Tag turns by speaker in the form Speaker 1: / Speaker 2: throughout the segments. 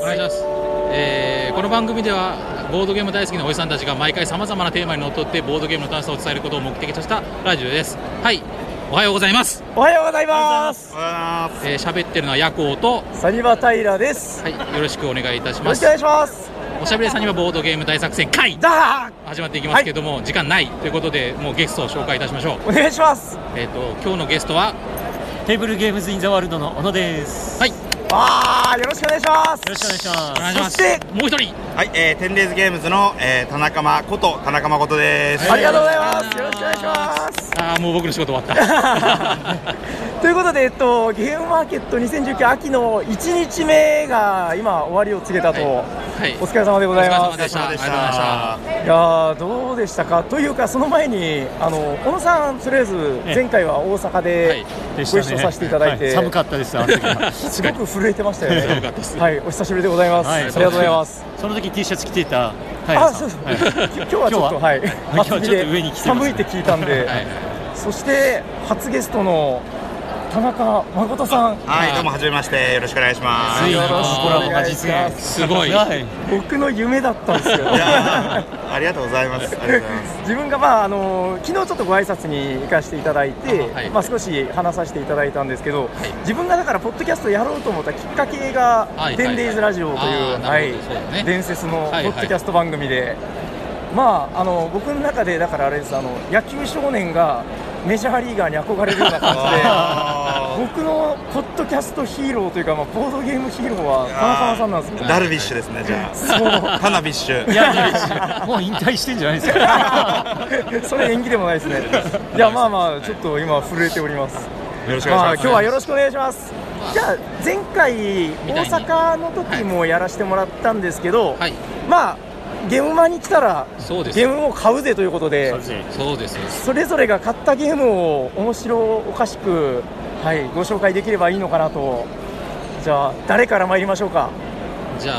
Speaker 1: お願いします、えーこの番組ではボードゲーム大好きなおじさんたちが毎回さまざまなテーマにのっとってボードゲームの楽しさを伝えることを目的としたラジオですはいおはようございます
Speaker 2: おはようございます。
Speaker 1: えー喋ってるのはヤコウと、
Speaker 2: サニバタイラです。
Speaker 1: はい、よろしくお願いいたし
Speaker 2: よ
Speaker 1: ま
Speaker 2: ろしく
Speaker 1: す
Speaker 2: お願いします。
Speaker 1: おしゃべりさんにはボードゲーム大作戦会
Speaker 2: だー
Speaker 1: 始まっていきますけども、時間ないということでもうゲストを紹介いたしましょう
Speaker 2: お願いします。
Speaker 1: えっ、と今日のゲストは
Speaker 3: テーブルゲームズインザワールドの小野です。
Speaker 1: はいよ
Speaker 2: わー、よろしくお願いします。
Speaker 3: よろしくお願いしま
Speaker 1: お願いします
Speaker 2: そして
Speaker 1: もう一人
Speaker 4: はい、えー、テンレイズゲームズの、えー、田中間こと田中誠です。
Speaker 2: ありがとうございます。よろしくお願いします。
Speaker 1: ああもう僕の仕事終わった
Speaker 2: ということで、えっと、ゲームマーケット2019秋の1日目が今終わりを告げたと、
Speaker 1: はいはい
Speaker 2: お疲れ様でござい
Speaker 1: お疲
Speaker 2: ま
Speaker 1: れ様
Speaker 2: す。
Speaker 1: でした
Speaker 4: お疲れ様でし
Speaker 1: ありがとうございました
Speaker 4: た。
Speaker 2: いやーどうでしたかというかその前にあの小野さんとりあえず
Speaker 3: え
Speaker 2: 前回は大阪で
Speaker 3: す。
Speaker 2: ご一緒させていただいて、
Speaker 3: は寒かったです。あの時は
Speaker 2: すごく震えてましたよね。
Speaker 1: 寒かったです
Speaker 2: はい、お久しぶりでございます。
Speaker 3: はい
Speaker 2: ありがとうございます。
Speaker 3: その時 T シャツ着ていたタイ
Speaker 2: あ、
Speaker 3: ラさ
Speaker 2: そ
Speaker 3: ん。
Speaker 2: うそう。
Speaker 3: はい
Speaker 2: 今日はちょっとはい、
Speaker 3: 今日はちょっと上に来てます
Speaker 2: 寒いって聞いたんで、
Speaker 1: はい
Speaker 2: そして初ゲストの田中誠さん。
Speaker 4: はい、どうも初めまして、よろしくお願いします。
Speaker 3: ついに
Speaker 2: よ
Speaker 3: コ
Speaker 2: ろしくお
Speaker 3: ラボが
Speaker 2: 願いし
Speaker 3: 実
Speaker 2: ま
Speaker 3: 現。
Speaker 2: す。
Speaker 1: すごい
Speaker 3: はい。
Speaker 2: 僕の夢だったん ですよ
Speaker 4: い。やーありがとうございます。ありがとうございます。
Speaker 2: 自分がまああの昨日ちょっとご挨拶に行かせていただいて、
Speaker 1: あはい
Speaker 2: まあ少し話させていただいたんですけど、
Speaker 1: い
Speaker 2: 自分がだからポッドキャストやろうと思ったきっかけが
Speaker 1: はい
Speaker 2: 「デンデイズラジオ」とい
Speaker 1: あー
Speaker 2: う、
Speaker 1: な
Speaker 2: は
Speaker 1: る
Speaker 2: い
Speaker 1: ほどそうだね
Speaker 2: 伝説のポ
Speaker 1: はいはい
Speaker 2: ッドキャスト番組で、まああの僕の中でだからあれですあの野球少年がメジャーリーガーに憧れるような感じで。
Speaker 4: あ
Speaker 2: 僕のポッドキャストヒーローというか、まあ、ボードゲームヒーローは田中さんなんです
Speaker 4: ー
Speaker 2: よ。
Speaker 4: ダルビッシュですね、じゃあ。田中ビッシュ。
Speaker 3: いや、もう引退してんじゃないです か。
Speaker 2: それ演技でもないですね。いやまあまあちょっと今震えております。
Speaker 4: よろしくお
Speaker 2: まあ
Speaker 4: 願いします。
Speaker 2: 今日はよろしくお願いします。じゃあ前回大阪の時もやらせてもらったんですけど、
Speaker 1: はい
Speaker 2: まあゲームマに来たら
Speaker 1: そうです
Speaker 2: ゲームを買うぜということで、
Speaker 1: そうですよ
Speaker 2: それぞれが買ったゲームを面白おかしくはいご紹介できればいいのかなと。じゃあ誰から参りましょうか。
Speaker 1: じゃあ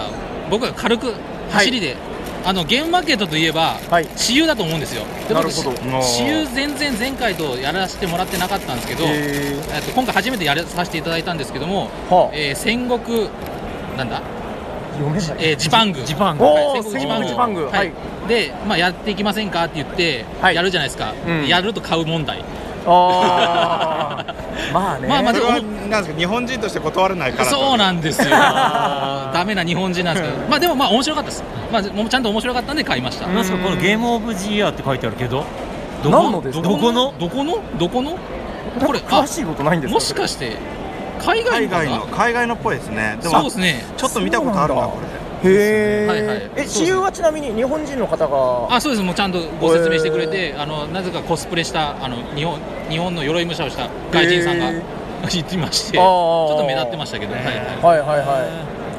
Speaker 1: 僕は軽く走りで、あのゲームマーケットといえば、
Speaker 2: はい
Speaker 1: 私有だと思うんですよで
Speaker 2: な
Speaker 1: 僕
Speaker 2: るほど
Speaker 1: し
Speaker 4: もう
Speaker 1: 私有全然前回とやらせてもらってなかったんですけど、え
Speaker 2: えー
Speaker 1: っと今回初めてやらさせていただいたんですけども、
Speaker 2: はあ
Speaker 1: えー戦国なんだ、
Speaker 2: 読めない。
Speaker 1: えージパング
Speaker 3: ジパンが。
Speaker 2: おお
Speaker 1: 戦
Speaker 2: 戦
Speaker 1: 国
Speaker 2: 国
Speaker 1: ジ
Speaker 2: ジ
Speaker 1: パ
Speaker 2: パ
Speaker 1: ン
Speaker 2: ン
Speaker 1: グ
Speaker 2: グ
Speaker 1: は
Speaker 2: はいい。
Speaker 1: で、まあ、やっていきませんかって言って、
Speaker 2: はい
Speaker 1: やるじゃないですか、
Speaker 2: うん
Speaker 1: やると買う問題
Speaker 2: あ あまあね。
Speaker 1: まあまあ
Speaker 4: それは、なんですか、日本人として断れないから。
Speaker 1: そうなんですよ
Speaker 3: あー
Speaker 1: ダメな日本人なんですけどまあでもまあ面白かったです、まあ、もうちゃんと面白かったんで買いました、
Speaker 3: なんすかこのゲームオブジイヤーって書いてあるけど。ど
Speaker 2: 何の
Speaker 3: こ
Speaker 2: ですか
Speaker 3: どこの
Speaker 1: どこのどこの
Speaker 2: な
Speaker 1: こ
Speaker 2: ん
Speaker 1: れ
Speaker 2: か詳しいことないんですか。
Speaker 1: もしかして海外
Speaker 4: 海
Speaker 1: のか
Speaker 4: 外
Speaker 1: な
Speaker 4: の、海外のっぽいですね。
Speaker 1: そ
Speaker 4: で
Speaker 1: うで
Speaker 4: も
Speaker 1: す、ね
Speaker 4: ちょっと見たことあるな、これ。
Speaker 2: へえ、
Speaker 1: はいはい
Speaker 2: え私有はちなみに日本人の方が
Speaker 1: あそうですもうちゃんとご説明してくれて、あのなぜかコスプレしたあの日本日本の鎧武者をした外人さんが
Speaker 2: へ
Speaker 1: いてましてち
Speaker 2: あー
Speaker 1: ょっと目立ってましたけど、はいは
Speaker 2: はいはいはい
Speaker 1: い、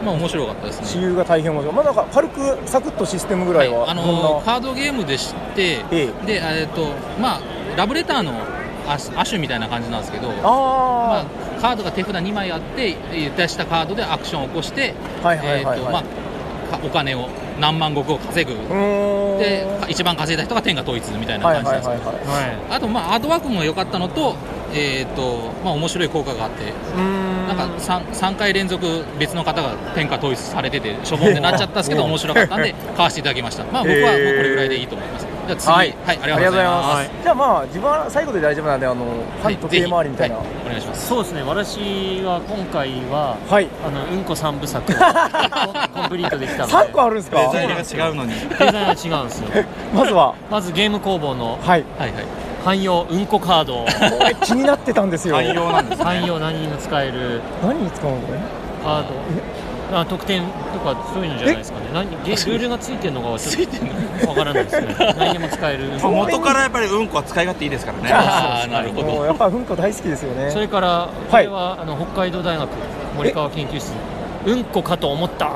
Speaker 1: まあ面白かったです
Speaker 2: 私
Speaker 1: ね、
Speaker 2: 有が大変面白いまあなんか軽くサクッとシステムぐら
Speaker 1: はいい、
Speaker 2: は
Speaker 1: あ
Speaker 2: どん
Speaker 1: の
Speaker 2: な
Speaker 1: カードゲームでして、
Speaker 2: え
Speaker 1: でえっとまあラブレターのアシュみたいな感じなんですけどまあ
Speaker 2: あ、
Speaker 1: カードが手札2枚あってえー出したカードでアクションを起こして
Speaker 2: はいは
Speaker 1: え
Speaker 2: いは
Speaker 1: ー
Speaker 2: い
Speaker 1: と
Speaker 2: はい
Speaker 1: まあかお金を何万石を稼ぐ
Speaker 2: うーん
Speaker 1: で一番稼いだ人が天が統一みたいな
Speaker 2: はいは
Speaker 1: 感
Speaker 2: い
Speaker 1: じな
Speaker 2: は
Speaker 1: ん
Speaker 2: い
Speaker 1: ですよ
Speaker 2: は
Speaker 3: は
Speaker 1: あとまあアートワークも良かったのと,、えーとまあ、面白い効果があって
Speaker 2: いうーん
Speaker 1: なんか 3, 3回連続別の方が天下統一されててしょぼんでなっちゃったんですけど面白かったんで 買わせていただきましたまあ僕はもうこれぐらいでいいと思いますじゃあ次、は
Speaker 2: はいい
Speaker 1: ありがとうございます
Speaker 2: ありがとうございますじゃあまあ自分は最後で大丈夫なんであの
Speaker 1: は
Speaker 2: 反時計回りみたいな
Speaker 1: ぜひはいお願いしま
Speaker 3: い。
Speaker 1: す
Speaker 3: そうですね。私は今回は。
Speaker 2: はい
Speaker 3: あのうんこ三部 作をコンプリートできたので
Speaker 2: 3個あるんです
Speaker 4: デ
Speaker 2: か
Speaker 4: ザインが違うのに。
Speaker 3: デザインは違うんですよ
Speaker 2: まずは
Speaker 3: まずゲーム工房の
Speaker 2: はい
Speaker 1: はいはい
Speaker 3: 汎用うんこカード
Speaker 2: これ気になってたんですよ
Speaker 4: 汎用なんですね。
Speaker 3: 汎用何にも使える
Speaker 2: 何に使うのこれ
Speaker 3: カードあ得点とかそういうのじゃないですかね何ゲルールがついてるのかちょっ
Speaker 1: ついてんの
Speaker 3: とわからないですね何にも使えるうん
Speaker 4: まあ
Speaker 3: こ
Speaker 4: 元からやっぱりうんこは使い勝手いいですからね。
Speaker 1: ああなるほ
Speaker 2: もう
Speaker 1: ど
Speaker 2: やっぱうんこ大好きですよね
Speaker 3: それから
Speaker 2: い
Speaker 3: これは、あの北海道大学森川研究室うんこかと思った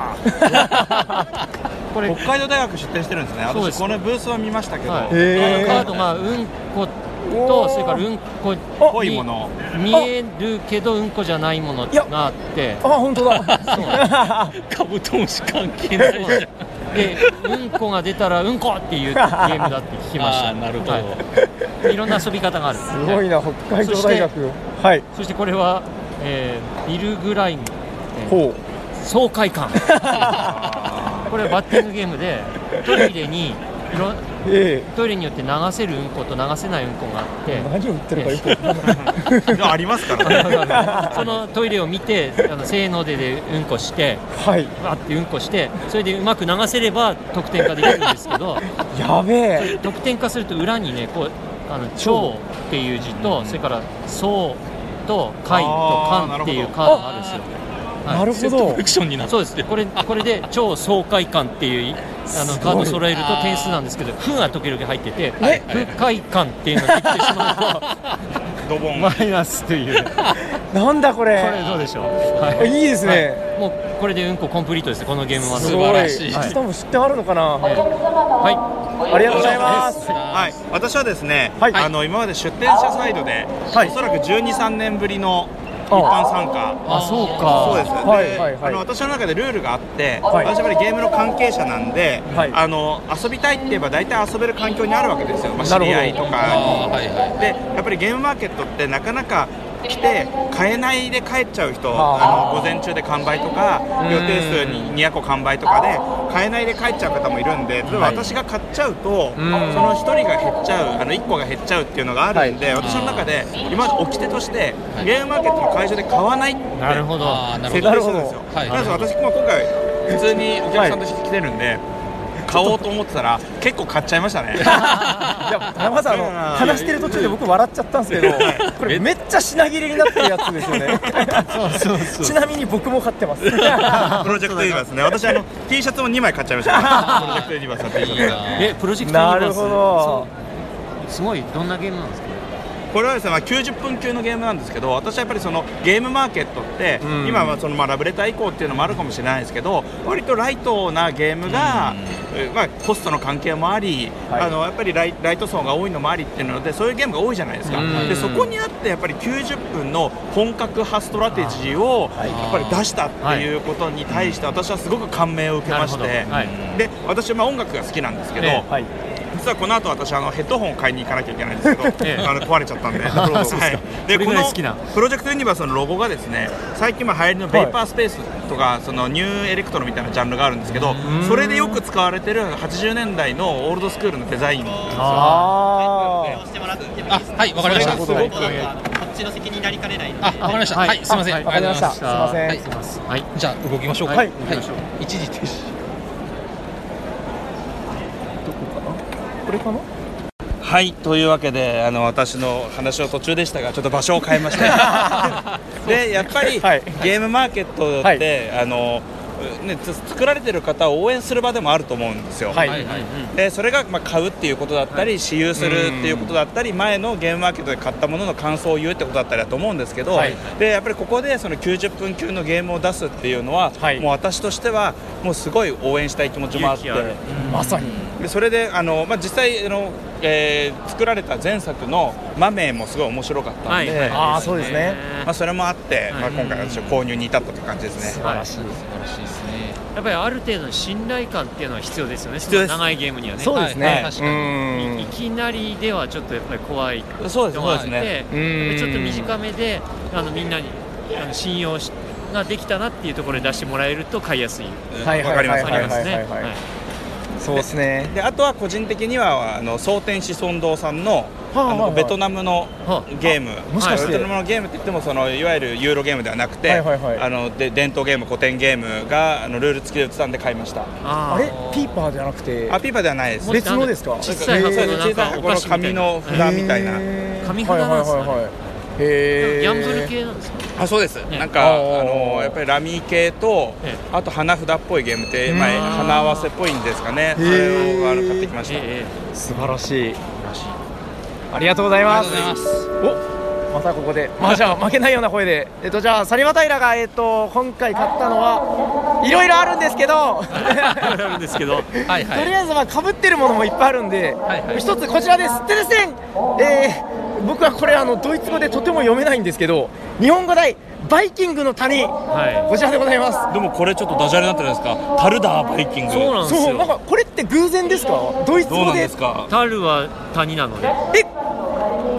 Speaker 3: これ
Speaker 4: 北海道大学出展してるんですね。
Speaker 3: そうで
Speaker 4: 私
Speaker 3: す
Speaker 4: このブースは見ましたけど、
Speaker 3: はい、
Speaker 2: へー
Speaker 3: あのカードがうんこと
Speaker 2: おー
Speaker 3: それからうんこに
Speaker 4: 濃いものを。
Speaker 3: 見えるけどうんこじゃないもの
Speaker 2: いや
Speaker 3: があって
Speaker 2: あ本当だ
Speaker 3: そうな
Speaker 1: カブトムシ関係ないじゃん
Speaker 3: でうんこが出たらうんこっていうゲームだって聞きまし
Speaker 1: あ
Speaker 3: た
Speaker 1: あーなるほど、
Speaker 3: はいいろんな遊び方がある
Speaker 2: すごいな、北海道大学。はい。
Speaker 3: そしてこれは、えービルグライム、えー
Speaker 2: ほう。
Speaker 3: 爽 快感これはバッティングゲームでトイレにいろ
Speaker 2: え
Speaker 3: トイレによって流せるうんこと流せないうんこがあっ
Speaker 2: え
Speaker 3: て
Speaker 2: 何を言ってるかよくわかんない
Speaker 4: い やあります からね
Speaker 3: そのトイレを見てあのせーのででうんこして
Speaker 2: はい
Speaker 3: わってうんこしてそれでうまく流せれば得点化できるんですけど
Speaker 2: やべえ
Speaker 3: 得点化すると裏にねこうあの超っていう字とそれからそうと貝と
Speaker 4: あー
Speaker 3: 缶っていうカードがあるんですよ。はい
Speaker 2: なるほど
Speaker 1: フィクションになって
Speaker 3: そうですね、これこれで超爽快感っていうあの
Speaker 2: すごい
Speaker 3: カード揃えると点数なんですけど、負が時々入ってて、
Speaker 2: え
Speaker 3: 不快感っていうのができてしま
Speaker 4: ドボ
Speaker 3: うと、
Speaker 4: ン
Speaker 3: マイナスという、こ
Speaker 2: なんだこれ
Speaker 3: れどうでしょう、はい
Speaker 2: いいですね、
Speaker 3: はいもうこれでうんこコンプリートですね、このゲームは。
Speaker 1: す
Speaker 2: す
Speaker 1: ご
Speaker 2: ご
Speaker 1: い
Speaker 2: い
Speaker 1: はい
Speaker 2: 明日も知ってあるのかな、
Speaker 3: は
Speaker 2: ありがとうございます
Speaker 4: はい、私はですね、
Speaker 2: はい
Speaker 4: あの今まで出店者サイドで、
Speaker 2: はい
Speaker 4: おそらく12、3年ぶりの一般参加、
Speaker 3: い、あそう
Speaker 4: そうです、
Speaker 3: か、
Speaker 2: はい
Speaker 4: で
Speaker 2: はいはい
Speaker 4: あの私の中でルールがあって、
Speaker 2: はい
Speaker 4: 私はやっぱりゲームの関係者なんで、
Speaker 2: はい
Speaker 4: あの遊びたいって言えば、大体遊べる環境にあるわけですよ、まあ、
Speaker 2: な
Speaker 4: 知
Speaker 2: るほど
Speaker 4: り合いとかに
Speaker 1: あーはいはい
Speaker 4: でやっぱりゲームマーケットってなかなか来て買えないで帰っちゃう人
Speaker 2: あ
Speaker 4: あの午前中で完売とか
Speaker 2: うん
Speaker 4: 予定数に200個完売とかで買えないで帰っちゃう方もいるんで例えば
Speaker 3: はい
Speaker 4: 私が買っちゃうと、
Speaker 2: うん
Speaker 4: その1人が減っちゃうあの1個が減っちゃうっていうのがあるんで、
Speaker 1: はい
Speaker 4: 私の中で今まで掟として
Speaker 1: はい
Speaker 4: ゲームマーケットの会場で買わないって
Speaker 3: なるほど、
Speaker 1: あーなるほ
Speaker 4: 設
Speaker 1: ど
Speaker 2: な
Speaker 4: 定
Speaker 2: る
Speaker 4: す
Speaker 2: ほ
Speaker 4: るん
Speaker 2: ど
Speaker 4: ですよ
Speaker 1: はい
Speaker 4: なので私も今回普通にお客さんとして来てるんで、買おうと思ってたら結構買っちゃいましたね
Speaker 2: いや田中さんあ
Speaker 4: いやいやい
Speaker 2: の
Speaker 4: や
Speaker 2: 話してる途中で僕笑っちゃったんですけどこれめっちゃ品切れになってるやつですよねちなみに僕も買ってます
Speaker 4: プロジェクトユニバースね。私あの T シャツも2枚買っちゃいました。 プロジェクトユニバースの T シ
Speaker 1: いい
Speaker 4: ャツ。
Speaker 1: な
Speaker 3: えプロジェクト
Speaker 2: な
Speaker 3: ユニバ
Speaker 2: る
Speaker 3: ース
Speaker 2: ほど
Speaker 3: そうすごい、どんなゲームなんですか、
Speaker 4: これはですね、まあ90分級のゲームなんですけど、私はやっぱりそのゲームマーケットって、
Speaker 2: うん
Speaker 4: 今はそのまあラブレター以降っていうのもあるかもしれないですけど、割とライトなゲームが、えまあコストの関係もあり、
Speaker 2: はい
Speaker 4: あのやっぱりライライト層が多いのもありっていうので、そういうゲームが多いじゃないですか。
Speaker 2: うん
Speaker 4: でそこにあってやっぱり90分の本格派ストラテジー
Speaker 2: は
Speaker 4: を
Speaker 2: い
Speaker 4: やっぱり出したっていうことに対して、私はすごく感銘を受けまして、
Speaker 3: なるほどはい
Speaker 4: で私まあ音楽が好きなんですけど。
Speaker 3: ええ
Speaker 2: はい
Speaker 4: 実はこの後私あのヘッドホンを買いに行かなきゃいけないんですけど、
Speaker 3: ええ
Speaker 4: あの壊れちゃったんで、
Speaker 3: あ
Speaker 4: はい
Speaker 3: そうですか
Speaker 4: で
Speaker 3: それ
Speaker 4: こ
Speaker 3: ぐらい
Speaker 4: の
Speaker 3: 好きな
Speaker 4: プロジェクトユニバースのロゴがですね、最近まあ流行りのベイパースペースとか、そのニューエレクトロみたいなジャンルがあるんですけど、それでよく使われてる80年代のオールドスクールのデザインなんですよ。
Speaker 2: あー
Speaker 1: あはいわかりました
Speaker 4: それがすごく
Speaker 1: あわかりましたはい、すいません、
Speaker 3: はい
Speaker 2: わかりました
Speaker 3: あ
Speaker 2: すい
Speaker 3: りがと
Speaker 2: ま
Speaker 3: うご
Speaker 2: せん、
Speaker 1: はい
Speaker 3: ざいますはい
Speaker 1: じゃあ動きましょうか
Speaker 2: はい
Speaker 1: は
Speaker 2: 動
Speaker 3: きましょう
Speaker 1: 一時停止
Speaker 2: どこかなこれかな
Speaker 4: はいというわけであの私の話を途中でしたがちょっと場所を変え ましてでやっぱり、
Speaker 2: はい
Speaker 4: ゲームマーケットって、
Speaker 2: はい
Speaker 4: あのね、つ作られてる方を応援する場でもあると思うんですよ、
Speaker 2: はい
Speaker 1: はいはい
Speaker 4: でそれがまあ買うっていうことだったり、私有するっていうことだったり前のゲームマーケットで買ったものの感想を言うってことだったりだと思うんですけど、
Speaker 2: はい
Speaker 4: でやっぱりここでその90分級のゲームを出すっていうのは、
Speaker 2: はい
Speaker 4: もう私としてはもうすごい応援したい気持ちもあって。
Speaker 3: 勇気ある
Speaker 2: まさに
Speaker 4: でそれであの、まあ、実際あの、えー作られた前作の「マメ」もすごい面白かったんで、
Speaker 3: はい
Speaker 2: ああそうですね
Speaker 4: まあ、それもあって、
Speaker 3: はい
Speaker 4: まあ、今回私は購入に至ったという感じですね。
Speaker 1: 素晴らしい素晴らしいですね
Speaker 3: やっぱりある程度の信頼感っていうのは必要ですよね、
Speaker 4: 必要です
Speaker 3: 長いゲームにはね。
Speaker 2: そうですね、
Speaker 1: はい確かに
Speaker 2: うん
Speaker 3: いきなりではちょっとやっぱり怖い
Speaker 4: そうです
Speaker 3: の
Speaker 4: そう
Speaker 3: があ
Speaker 4: で
Speaker 3: っ
Speaker 4: す
Speaker 3: て、
Speaker 4: ね
Speaker 2: うん
Speaker 3: ちょっと短めであのみんなにあの信用しができたなっていうところで出してもらえると買いやすい
Speaker 2: はい
Speaker 4: わかります
Speaker 3: ありま
Speaker 2: はいはい
Speaker 3: すね。
Speaker 2: はいはい
Speaker 3: はい
Speaker 2: そうですね
Speaker 4: であとは個人的にはあの蒼天子孫堂さんの
Speaker 2: はあ
Speaker 4: あ
Speaker 2: はあ
Speaker 4: のベトナムの
Speaker 3: はあ
Speaker 4: ゲーム
Speaker 2: もしかして
Speaker 4: ベトナムのゲームって言ってもそのいわゆるユーロゲームではなくて
Speaker 2: はいはいはい
Speaker 4: あので伝統ゲーム古典ゲームがあのルール付きで売ってたんで買いました
Speaker 3: あ
Speaker 2: あれピー
Speaker 3: ー
Speaker 2: パーじゃなくて
Speaker 4: アピーパーではないです
Speaker 3: も
Speaker 4: なんか
Speaker 3: し
Speaker 2: 別のですか
Speaker 3: 小さい箱
Speaker 2: へー
Speaker 3: のなん
Speaker 4: 小さい
Speaker 3: かお
Speaker 4: 箱
Speaker 3: 菓
Speaker 4: の
Speaker 3: 子みたいな
Speaker 4: 紙の札みたいな、
Speaker 2: 紙
Speaker 3: 紙札なんですかね
Speaker 2: いへえ
Speaker 3: ギャンブル系なんですか
Speaker 4: あそうです、
Speaker 3: ね
Speaker 4: なんか
Speaker 2: あ
Speaker 4: あ
Speaker 2: ー
Speaker 4: のやっぱりラミー系と、
Speaker 3: え
Speaker 4: あと花札っぽいゲームって、ま
Speaker 2: うん
Speaker 4: あ、花合わせっぽいんですかねそ
Speaker 2: へー
Speaker 4: れをあの買ってきました、
Speaker 3: ええ
Speaker 2: 素晴らしいありがとうござい
Speaker 1: あ
Speaker 2: ま
Speaker 1: り
Speaker 2: す
Speaker 1: がとうございます
Speaker 2: おまたここでまあじゃあ負けないような声でえっとじゃあサリバタイラがえっと今回買ったのはいろいろあるんですけど
Speaker 3: あるんですけど
Speaker 1: はい
Speaker 2: とり
Speaker 1: はい
Speaker 2: あえずまあかぶってるものもいっぱいあるんで、
Speaker 1: はいはい
Speaker 2: 一つこちらですテレセン、えー僕はこれあのドイツ語でとても読めないんですけど日本語題バイキングの谷こ
Speaker 3: は
Speaker 2: ちらでございます
Speaker 4: でもこれちょっとダジャレになってるんですかタルダーバイキン
Speaker 3: い
Speaker 4: グ
Speaker 3: そうなんです
Speaker 2: そうなん
Speaker 3: よ
Speaker 2: かこれって偶然ですかドイツ
Speaker 4: どう
Speaker 2: 語
Speaker 4: なん
Speaker 2: で
Speaker 4: ですか
Speaker 3: 樽は谷なので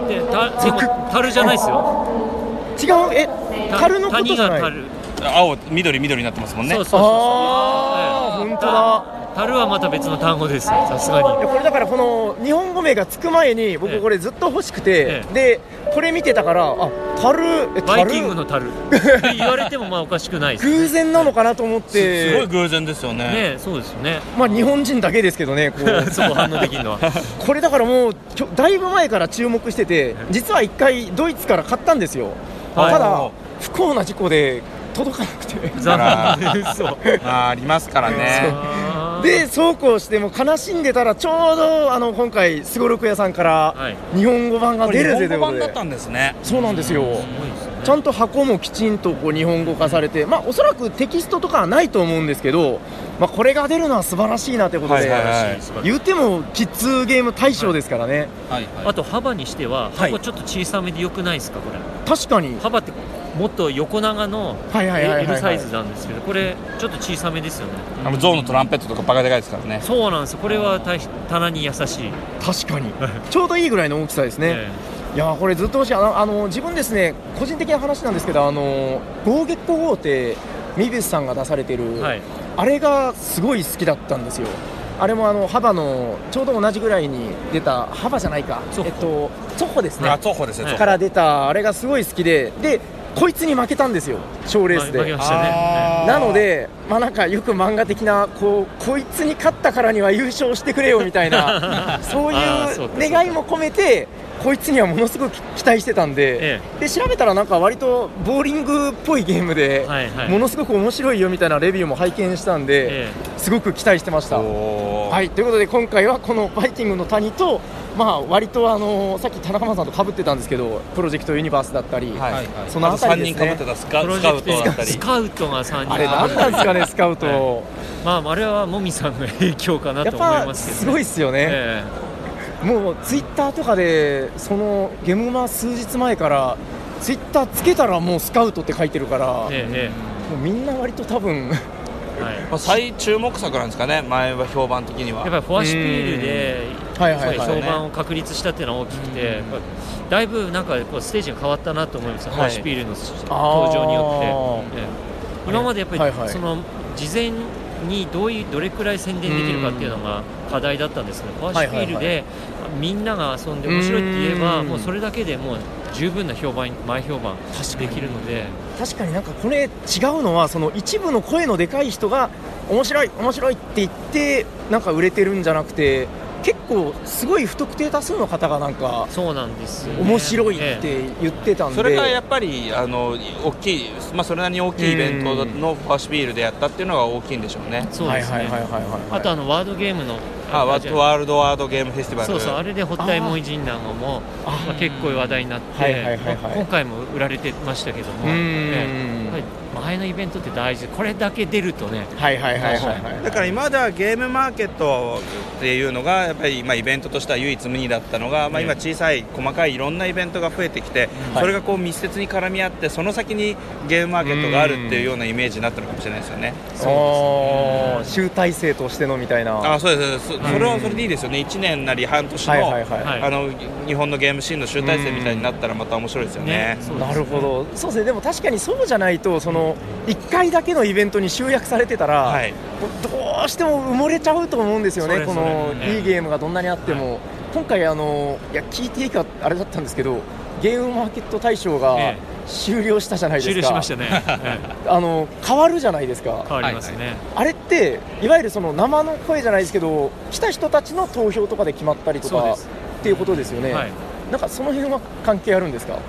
Speaker 2: え
Speaker 3: でたでも樽じゃないですよ
Speaker 2: 違うえ樽のこと
Speaker 3: 谷
Speaker 2: じゃな
Speaker 3: が
Speaker 2: い
Speaker 3: 樽
Speaker 4: 青緑緑になってますもんね
Speaker 3: そうそうそう
Speaker 2: あ
Speaker 3: そ
Speaker 2: ー
Speaker 3: う
Speaker 2: 本当だ
Speaker 3: だ樽はまた別の単語ですさすがに
Speaker 2: いやこれだからこの日本語名がつく前に
Speaker 3: ええ
Speaker 2: 僕これずっと欲しく
Speaker 3: え
Speaker 2: て、でこれ見てたからあ樽え
Speaker 3: バイ
Speaker 2: 樽
Speaker 3: キングの樽って言われてもまあおかしくないですね
Speaker 2: 偶然なのかなと思っ
Speaker 4: すごい
Speaker 2: て
Speaker 4: 偶然ですよね
Speaker 3: ねそうですよね
Speaker 2: まあ日本人だけですけどねこ う
Speaker 3: そう反応できるのは
Speaker 2: これだからもうきょだいぶ前から注目してて実は1回ドイツから買ったんですよ、
Speaker 3: はい
Speaker 2: ただ不幸な事故で届かなくて
Speaker 4: あ
Speaker 3: 残
Speaker 4: ら
Speaker 3: 念そう
Speaker 4: まあありますからね
Speaker 3: あー
Speaker 2: でそうこうしても悲しんでたらちょうどあの今回すごろく屋さんか
Speaker 3: はい
Speaker 2: ら日本語版が
Speaker 4: こ
Speaker 2: 出
Speaker 4: れ
Speaker 2: るぜ
Speaker 4: 日
Speaker 2: とい
Speaker 4: 本
Speaker 2: うこと
Speaker 4: 語版だっ
Speaker 2: で
Speaker 4: たんですね
Speaker 2: そうなんですよ
Speaker 3: すごいですね
Speaker 2: ちゃんと箱もきちんとこう日本語化されてまあおそらくテキストとかはないと思うんですけどまあこれが出るのは素晴らしいなということ
Speaker 4: はいはい
Speaker 2: で
Speaker 4: はい
Speaker 3: 素晴らしい
Speaker 2: 言うてもキッズゲーム大賞ですからね
Speaker 4: はい
Speaker 3: あと幅にしては
Speaker 2: はい
Speaker 3: 箱ちょっと小さめでよくないですかこれ
Speaker 2: 確かに
Speaker 3: 幅ってもっと横長の
Speaker 2: はいはいはいはいはい
Speaker 3: L サイズなんですけどこれちょっと小さめですよね
Speaker 4: あの象のトランペットとかバカでかいですからね
Speaker 3: そうなんですよこれは大し棚に優しい
Speaker 2: 確か にちょうどいいぐらいの大きさですね、
Speaker 3: え
Speaker 2: いやーこれずっと欲しいあのあの自分ですね個人的な話なんですけどあの防月光号ってミビウスさんが出されてる、
Speaker 3: えはい
Speaker 2: あれがすごい好きだったんですよあれもあの幅のちょうど同じぐらいに出た幅じゃないか
Speaker 3: ゾッホ
Speaker 2: えっとゾッホですね
Speaker 4: あそうです
Speaker 3: はい
Speaker 4: ね
Speaker 2: から出たあれがすごい好きででこいつに負けたんですよ賞レース
Speaker 3: まあ負け
Speaker 2: で
Speaker 3: ましたね
Speaker 4: あー
Speaker 2: なのでまあなんかよく漫画的なこうこいつに勝ったからには優勝してくれよみたいな そうい
Speaker 3: あーそうかそう
Speaker 2: う
Speaker 3: か
Speaker 2: 願いも込めてこいつにはものすごく期待してたんで、
Speaker 3: え
Speaker 2: で調べたらなんか割とボーリングっぽいゲームで、
Speaker 3: はいはい
Speaker 2: ものすごく面白いよみたいなレビューも拝見したんで、
Speaker 3: え
Speaker 2: すごく期待してました。
Speaker 4: おー
Speaker 2: はい、ということで今回はこの「バイキングの谷と」まあ割とあのさっき田中さんとかぶってたんですけどプロジェクトユニバースだったり、
Speaker 4: はい
Speaker 2: そのあたりですね
Speaker 4: あと三人被ってたス
Speaker 3: え
Speaker 4: カ
Speaker 3: プロ
Speaker 4: ス
Speaker 3: ジ
Speaker 4: カ
Speaker 3: ェ
Speaker 4: ウ
Speaker 3: ク
Speaker 4: トだった
Speaker 3: ト
Speaker 4: り
Speaker 3: スカウトが3人
Speaker 2: あれ何なんですかねスカウト、
Speaker 3: はまああれはもみさんの影響かな
Speaker 2: や
Speaker 3: と
Speaker 2: っ
Speaker 3: 思い
Speaker 2: ぱ
Speaker 3: ますけど、ね、
Speaker 2: すごいっすよね、
Speaker 3: え
Speaker 2: もうツイッターとかでそのゲムマ数日前からツイッターつけたらもうスカウトって書いてるから、
Speaker 3: ええ
Speaker 2: もうみんな割と多分
Speaker 3: ええはい、やっ
Speaker 4: まあ最注目作なんですかね前は評判的には
Speaker 3: ぱりフォアシュピールで
Speaker 2: はいはいはい
Speaker 3: やっぱり評判を確立したっていうのは大きくて、やっぱだいぶなんかこうステージが変わったなと思います、フォアシュピールの登場によって、ええ今までやっぱり、
Speaker 2: はいはい
Speaker 3: その事前にどういうどれくらい宣伝できるかっていうのが課題だったんですけど、フォアシュピール
Speaker 2: はいは
Speaker 3: でみんなが遊んで面白いって言えば、
Speaker 2: うん
Speaker 3: もうそれだけでもう十分な評判前評判できるので。
Speaker 2: 確かになんかこれ違うのはその一部の声のでかい人が面白い面白いって言ってなんか売れてるんじゃなくて結構すごい不特定多数の方がなんか
Speaker 3: そうなんですよね、
Speaker 2: 面白い
Speaker 3: え
Speaker 2: っ
Speaker 3: え
Speaker 2: て言ってたんで
Speaker 4: それがやっぱりあの大きい、まあ、それなりに大きいイベントのファーシュビールでやったっていうのが大きいんでしょうね、
Speaker 3: そうですね、
Speaker 2: はいはいはいはいはいはい
Speaker 3: あとあのワードゲームの
Speaker 4: あワ
Speaker 3: じ
Speaker 4: ー
Speaker 3: ゃ
Speaker 4: ルワールドワードゲームフェスティバル
Speaker 3: そうそうあれで堀田萌人なんかも
Speaker 2: あー
Speaker 3: まあ、結構話題になって、
Speaker 2: はいはいはいはい
Speaker 3: まあ今回も売られてましたけども、
Speaker 2: うーん
Speaker 3: ええやっぱり前のイベントって大事これだけ出るとね
Speaker 2: はいはいはいはいはい
Speaker 4: だから今まではゲームマーケットっていうのがやっぱりまあイベントとしては唯一無二だったのが、まあ、今小さい細かいいろんなイベントが増えてきて、それがこう密接に絡み合ってその先にゲームマーケットがあるっていうようなイメージになったのかもしれないですよね。
Speaker 2: あー集大成としてのみたいな
Speaker 4: あそうですそうですそれはそれでいいですよね1年なり半年の,、
Speaker 2: はいはいはい
Speaker 3: はい
Speaker 4: あの日本のゲームシーンの集大成みたいになったらまた面白いですよね。
Speaker 3: そうです
Speaker 2: なるほどそうですねでも確かにそうじゃないとその1回だけのイベントに集約されてたら、
Speaker 4: はい
Speaker 2: どうしても埋もれちゃうと思うんですよ
Speaker 3: そ
Speaker 2: ね、
Speaker 3: れ
Speaker 2: この
Speaker 3: それうん
Speaker 2: いいゲームがどんなにあっても、今回あの、いや聞いていいかあれだったんですけど、ゲームマーケット大賞が
Speaker 3: え
Speaker 2: 終了したじゃないですか、
Speaker 3: 終了しましたね、ええ
Speaker 2: あの変わるじゃないです
Speaker 3: 変
Speaker 2: か、
Speaker 3: わりますね、
Speaker 2: あれって、いわゆるその生の声じゃないですけど、来た人たちの投票とかで決まったりと
Speaker 3: そう
Speaker 2: か
Speaker 3: で
Speaker 2: っ
Speaker 3: す
Speaker 2: ていうことですよね、
Speaker 3: はい
Speaker 2: なんかその辺は関係あるんですか、こ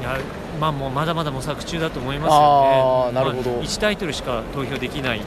Speaker 3: いやまあもうまだまだ模索中だと思います
Speaker 2: あ
Speaker 3: よね
Speaker 2: ーなるほど
Speaker 3: まあ1タイトルしか投票できない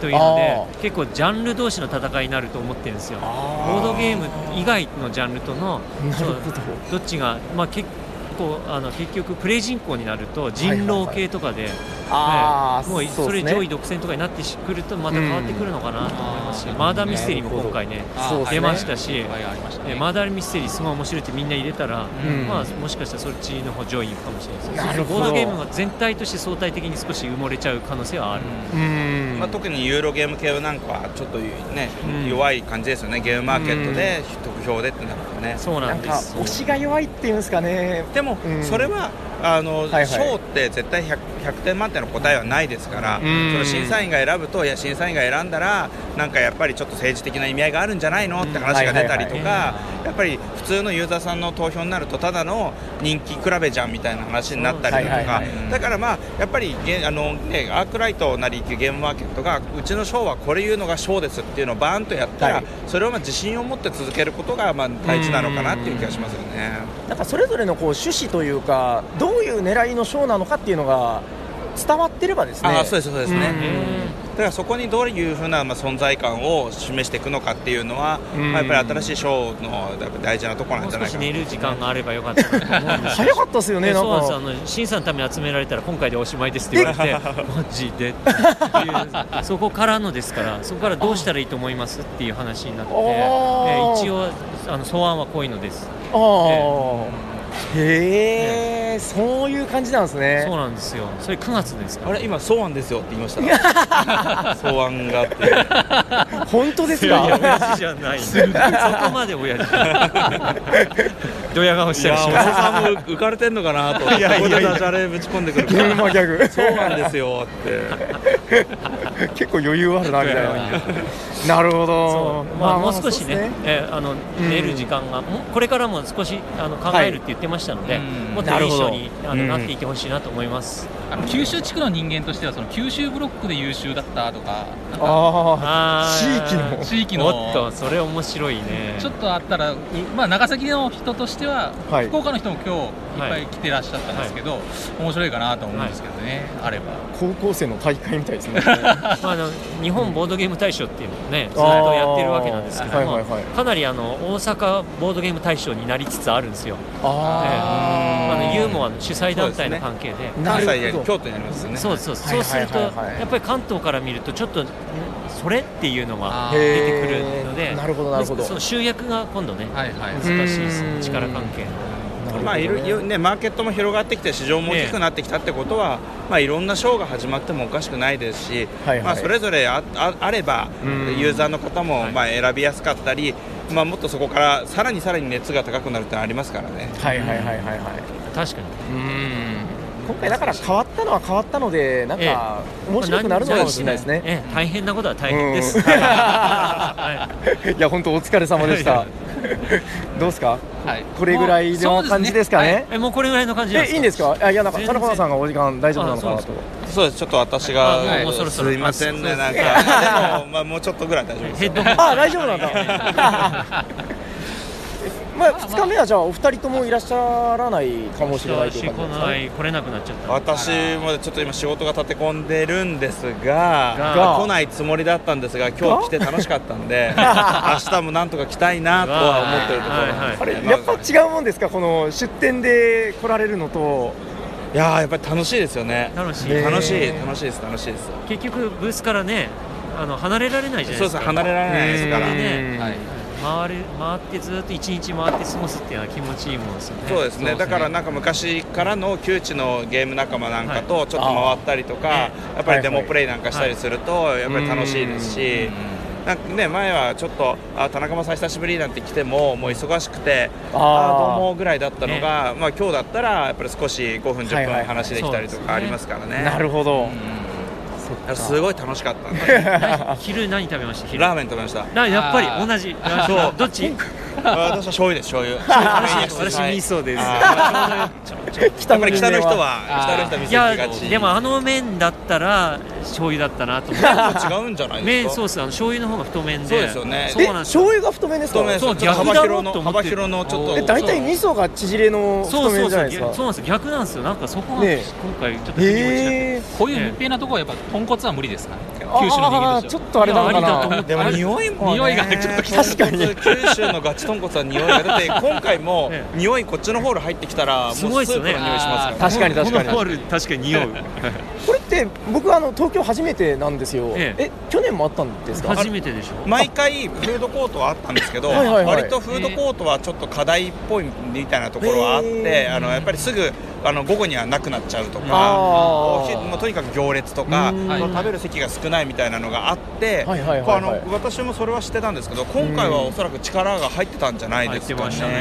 Speaker 3: という
Speaker 2: あ
Speaker 3: ので結構ジャンル同士の戦いになると思ってるんですよボードゲーム以外のジャンルとの
Speaker 2: うなるほど
Speaker 3: そのどっちが、まあ、結構あの結局プレイ人口になると人狼系とかで、
Speaker 2: あー
Speaker 3: ねもう
Speaker 2: そう
Speaker 3: そ
Speaker 2: で
Speaker 3: れ
Speaker 2: すね
Speaker 3: 上位独占とかになってくるとまた変わってくるのかなと思いますし、マーダーミステリーも今回ね
Speaker 2: あーそうですね
Speaker 3: 出ましたし、
Speaker 1: はいありました
Speaker 3: え
Speaker 1: ね
Speaker 3: ーマーダーミステリーすごい面白いってみんな入れたら、
Speaker 2: うん
Speaker 3: まあ、もしかしたらそっちの方上位かもしれないです
Speaker 2: なるほど
Speaker 3: ボードゲームが全体として相対的に少し埋もれちゃう可能性はある、
Speaker 2: うーん
Speaker 4: まあ、特にユーロゲーム系なんかはちょっとね、
Speaker 3: うん
Speaker 4: 弱い感じですよねゲームマーケットで得票でってなるとね
Speaker 3: そうな
Speaker 2: なん
Speaker 3: んで
Speaker 2: か
Speaker 3: す
Speaker 2: 推しが弱いっていうんですかね、
Speaker 4: でも
Speaker 2: うん
Speaker 4: それはあの、
Speaker 2: はいはい
Speaker 4: 賞って絶対 100, 100点満点の答えはないですから、
Speaker 2: ん
Speaker 4: その審査員が選ぶといや審査員が選んだらなんかやっぱりちょっと政治的な意味合いがあるんじゃないのって話が出たりとか、
Speaker 2: うん
Speaker 4: やっぱり普通のユーザーさんの投票になるとただの人気比べじゃんみたいな話になったりだとか、
Speaker 2: はいはいはい
Speaker 4: だからまあやっぱりゲあの、ね、アークライトなりゲームマーケットがうちの賞はこれいうのが賞ですっていうのをバーンとやったら、
Speaker 2: はい
Speaker 4: それをまあ自信を持って続けることがまあ大事なのかなっていう気がしますよね。
Speaker 2: なんかそれぞれのこう趣旨というかどういう狙いの賞なのかっていうのが伝わってればですね
Speaker 4: あそうですそうですね、
Speaker 2: うん
Speaker 4: だからそこにどういうふうなまあ存在感を示していくのかっていうのは、
Speaker 2: うん
Speaker 4: まあ、やっぱり新しいショーのやっぱ大事なところな
Speaker 3: も
Speaker 4: ん
Speaker 3: う
Speaker 4: じ
Speaker 3: 少
Speaker 4: ゃないか
Speaker 3: し
Speaker 4: な
Speaker 3: 寝る時間があればよかったなと思うんですけど
Speaker 2: 早かったですよね
Speaker 3: え
Speaker 2: なん
Speaker 3: そうなんです
Speaker 2: か
Speaker 3: あの審査のために集められたら今回でおしまいですって言わ れてマジでっていうそこからのですからそこからどうしたらいいと思いますっていう話になって、
Speaker 2: あー
Speaker 3: え一応あの素案はこういうのです
Speaker 2: ああへえそういう感じなんですね
Speaker 3: そうなんですよそれ9月ですか
Speaker 4: あ
Speaker 3: ら
Speaker 4: れ今草案ですよって言いました 草案があって
Speaker 2: 本当です
Speaker 3: いやいや
Speaker 2: か
Speaker 3: 親父じゃないそこまで親 父ドヤ顔したりします
Speaker 4: さんも浮かれてんのかなと思ってここでダジャレぶち込んでくる
Speaker 2: ゲ
Speaker 4: か
Speaker 2: ーム
Speaker 4: ら
Speaker 2: マギャグ
Speaker 4: そうなんですよって
Speaker 2: 結構余裕あるなみたいななるほ
Speaker 3: そ
Speaker 2: ど
Speaker 3: うまあ、もう少し
Speaker 2: そう
Speaker 3: ね、
Speaker 2: です
Speaker 3: えーあの
Speaker 2: ん
Speaker 3: 寝る時間が、もうこれからも少しあの考えるって言ってましたので、
Speaker 4: はい
Speaker 3: もっと
Speaker 2: ないる
Speaker 3: い
Speaker 2: ほ
Speaker 3: 賞
Speaker 2: ど
Speaker 3: にあの
Speaker 2: うん
Speaker 3: なっていってほしいなと思います。
Speaker 1: あの九州地区の人間としてはその九州ブロックで優秀だったとかなんか
Speaker 2: あ
Speaker 3: あー
Speaker 2: 地域の
Speaker 1: 地域
Speaker 3: おっ
Speaker 1: の
Speaker 3: と、それ面白いね。
Speaker 1: ちょっとあったら、うまあ、長崎の人としては、
Speaker 2: はい
Speaker 1: 福岡の人も今日いっ
Speaker 3: は
Speaker 1: ぱ
Speaker 3: い
Speaker 1: い来てらっしゃったんですけど、面白いかなと思うんですけどね、あれば。
Speaker 2: あ高校生の大会みたいですね
Speaker 3: まあ、あの日本ボードゲーム大賞っていうのをね、ずっと
Speaker 2: あー
Speaker 3: やってるわけなんですけども、
Speaker 2: はいはいはい
Speaker 3: かなりあの大阪ボードゲーム大賞になりつつあるんですよ。えーあのユーモアの主催団体の関係で。
Speaker 2: な
Speaker 4: 関
Speaker 2: るほど
Speaker 4: 西や京都にありますよね
Speaker 3: そうそう
Speaker 2: はい
Speaker 3: そうすると、
Speaker 2: はいはいはい
Speaker 3: やっぱり関東から見るとちょっとんそれっていうのが
Speaker 1: あ
Speaker 2: へ
Speaker 1: ー
Speaker 2: ー
Speaker 3: 出てくるので
Speaker 2: なるほどなるほど
Speaker 3: その集約が今度ね
Speaker 1: はいはい
Speaker 3: 難
Speaker 2: ん
Speaker 3: しいですね力関係
Speaker 2: なるほどね
Speaker 4: まあいろいろね、マーケットも広がってきて市場も大きくなってきたってことは、まあ、いろんなショーが始まってもおかしくないですし、
Speaker 2: はいはい
Speaker 4: まあ、それぞれあああれば
Speaker 2: うん
Speaker 4: ユーザーの方も
Speaker 3: い
Speaker 4: まあ選びやすかったり、まあ、もっとそこからさらにさらに熱が高くなるってのはありますからね。
Speaker 2: はいはいはいはいはい
Speaker 3: 確かに
Speaker 2: うん今回だから変わったのは変わったのでなんか面白くなるのかもしれないですね、
Speaker 3: ええ大変なことは大変です、
Speaker 2: うん
Speaker 3: はい
Speaker 2: いや本当お疲れ様でした。どうですか？
Speaker 1: はい
Speaker 2: これぐらいの感じですかね。
Speaker 3: えもうこれぐらいの感じなん
Speaker 2: え
Speaker 3: です
Speaker 2: い
Speaker 3: か
Speaker 2: いんですか？あいやなんか
Speaker 3: 全
Speaker 2: 田
Speaker 3: 然
Speaker 2: 中さんがお時間大丈夫なのかな
Speaker 3: あそ
Speaker 2: と
Speaker 3: う。
Speaker 4: そうですちょっと私
Speaker 3: あ
Speaker 4: が、
Speaker 3: もうもうそろそろ
Speaker 4: すいませんね
Speaker 3: あ
Speaker 4: なんか でも、まあ、もうちょっとぐらい大丈夫です
Speaker 3: ヘッド
Speaker 4: よ
Speaker 3: ホン
Speaker 2: あ大丈夫なん だ。まあ二日目はじゃあお二人ともいらっしゃらないかもしれないとい
Speaker 3: ち
Speaker 2: う
Speaker 3: ょっと
Speaker 2: 感
Speaker 3: こ
Speaker 2: じ
Speaker 3: の
Speaker 2: で
Speaker 3: 間来れなくなっちゃった
Speaker 4: 私もちょっと今仕事が立て込んでるんですが
Speaker 3: が
Speaker 4: 来ないつもりだったんですが今日来て楽しかった んで明日もなんとか来たいなとは思ってるところなんですけど
Speaker 3: はいはい
Speaker 2: すか？あれやっぱ違うもんですか？この出店で来られるのと。
Speaker 4: いやーやっぱり楽しいですよね。
Speaker 3: 楽しい、
Speaker 2: ね
Speaker 4: 楽しい楽しいです楽しいです。
Speaker 3: 結局ブースからねあの離れられないじゃない
Speaker 4: そう
Speaker 3: で
Speaker 4: です
Speaker 3: すか
Speaker 4: 離れられないですから。
Speaker 3: ね
Speaker 1: はい
Speaker 3: 回る回ってずっと一日回って過ごすっていうのは気持ちいいもんですよね
Speaker 4: そうですねだからなんか昔からの旧知のゲーム仲間なんかとちょっと回ったりとか、
Speaker 3: あ
Speaker 4: やっぱりデモプレイなんかしたりするとやっぱり楽しいですし。なんかね、前はちょっとあ田中正久しぶりなんて来てももう忙しくて
Speaker 2: あー
Speaker 4: あーどうもぐらいだったのが、まあ、今日だったらやっぱり少し5分
Speaker 2: は
Speaker 4: 10
Speaker 2: いはいは
Speaker 4: 分
Speaker 2: い
Speaker 4: 話できたりとかありますからね,、
Speaker 2: なるほど。
Speaker 4: すごい楽しかったんで
Speaker 3: な昼何食べました昼
Speaker 4: ラーメン食べました
Speaker 3: なやっぱ
Speaker 1: あ
Speaker 3: り
Speaker 1: ー
Speaker 3: 同じ
Speaker 4: そう
Speaker 3: どっち
Speaker 4: あ私は醤油です醤油
Speaker 3: 私味噌です
Speaker 4: あや
Speaker 2: 北
Speaker 4: っぱり北の人。は
Speaker 1: あー
Speaker 4: 北の人は
Speaker 3: いや
Speaker 4: 味噌行きがち
Speaker 3: でもあの麺だったら醤油だったなと思っ
Speaker 4: でも違うんじゃな
Speaker 3: て
Speaker 4: いで
Speaker 3: 麺
Speaker 4: す
Speaker 3: そう
Speaker 4: か
Speaker 3: ですあの醤油の方が太麺で
Speaker 4: そうですよね
Speaker 3: そう
Speaker 2: え
Speaker 3: なんです
Speaker 2: 醤
Speaker 3: よ
Speaker 2: 油が太麺ですか
Speaker 4: 太？麺
Speaker 3: そう
Speaker 4: ちょっと
Speaker 3: 逆
Speaker 4: 幅
Speaker 3: だろ
Speaker 4: 広
Speaker 3: うと
Speaker 4: の
Speaker 3: 思っ
Speaker 4: 幅
Speaker 3: て
Speaker 4: 広のちょっ
Speaker 3: お
Speaker 4: と
Speaker 2: え大体味噌が縮れの太
Speaker 3: そうそ
Speaker 2: 麺
Speaker 3: う
Speaker 2: じゃ
Speaker 3: そ
Speaker 2: な
Speaker 3: う
Speaker 2: いですか
Speaker 3: 逆そうなんですよ逆なんですよなんかそこが
Speaker 2: ねえ
Speaker 3: 今回ちょっと腑に落ちなくて
Speaker 2: へえ
Speaker 1: こういう密閉なところはやっぱ豚骨は無理ですかね、九州の人
Speaker 2: あ
Speaker 1: 間
Speaker 2: ー
Speaker 1: として
Speaker 2: ちょ
Speaker 1: は
Speaker 2: っとあれなのか
Speaker 3: いやありだと
Speaker 2: な
Speaker 3: 思う
Speaker 4: でも匂いもね
Speaker 1: 匂いがちょっとき
Speaker 2: 確かに
Speaker 4: 豚骨九州のガチ豚骨は匂いが 出て今回も
Speaker 3: え
Speaker 4: 匂いこっちのホール入ってきたらもうス
Speaker 3: す
Speaker 4: ー
Speaker 3: ごい
Speaker 4: プ
Speaker 3: です
Speaker 4: の
Speaker 3: よ
Speaker 4: 匂
Speaker 3: ね
Speaker 4: いしますから
Speaker 2: 確かに確かに
Speaker 3: このホール確かに匂 う
Speaker 2: これって僕あの東京初めてなんですよ、
Speaker 3: え
Speaker 2: え
Speaker 3: え
Speaker 2: 去年もあったんですか
Speaker 3: 初めてでしょ
Speaker 4: 毎回フードコートはあったんですけど
Speaker 2: はいはいはい
Speaker 4: 割とフードコートはちょっと課題っぽいみたいなところはあっ
Speaker 2: へ
Speaker 4: て
Speaker 2: ー
Speaker 4: あのやっぱりすぐあの午後にはなくなっちゃうとか。
Speaker 2: あ
Speaker 4: お昼
Speaker 2: ー
Speaker 4: もうとにかく行列とか
Speaker 2: うん
Speaker 4: まあ食べる席が少ないみたいなのがあってこ
Speaker 2: は
Speaker 4: う
Speaker 2: いはいはい
Speaker 4: あ
Speaker 2: はい
Speaker 4: の私もそれは知ってたんですけど今回はおそらく力が入ってたんじゃない
Speaker 3: 入
Speaker 4: で
Speaker 3: っ
Speaker 4: す
Speaker 3: て
Speaker 4: か
Speaker 3: ま
Speaker 4: ね
Speaker 3: したね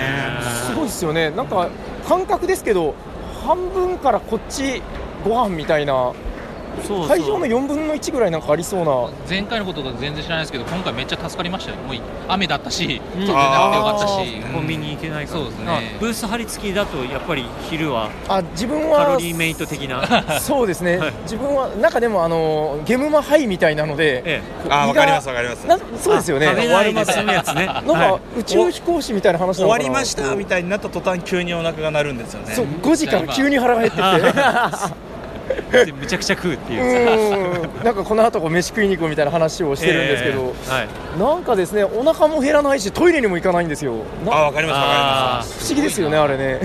Speaker 2: すごいですよねなんか感覚ですけど半分からこっちご飯みたいな
Speaker 3: そうそう
Speaker 2: 会場の4分の1ぐらいなんかありそうな
Speaker 1: 前回のことが全然知らないですけど今回めっちゃ助かりましたよもう雨だったし
Speaker 3: うん
Speaker 1: 外出なくてよかったし
Speaker 4: あー
Speaker 3: コンビニ行けないから、
Speaker 1: そうですね
Speaker 3: まあブース張り付きだとやっぱり昼は
Speaker 2: あ自分は
Speaker 3: カロリーメイト的 な、
Speaker 2: そうですね、
Speaker 3: はい
Speaker 2: 自分はなんかでもあのゲムマハイみたいなので、
Speaker 3: え
Speaker 4: あーわかりますわ
Speaker 2: か
Speaker 4: かります
Speaker 2: そうですよね
Speaker 3: 食べ
Speaker 2: な
Speaker 3: ないで済むやつねなん
Speaker 2: か宇宙飛行士みたいな話な
Speaker 4: 終
Speaker 2: のか
Speaker 4: わ
Speaker 2: な
Speaker 4: りましたみたいになった途端急にお腹が鳴るんですよね
Speaker 2: そう5時から急に腹が減って
Speaker 3: でむちゃくちゃ食うっていう
Speaker 2: きてうんなんかこの後こう飯食いに行こうみたいな話をしてるんですけど、
Speaker 3: ええはい、
Speaker 2: なんかですねお腹も減らないしトイレにも行かないんですよな
Speaker 4: あわかりますわかり
Speaker 3: あ
Speaker 4: ます
Speaker 2: 不思議ですよねあれね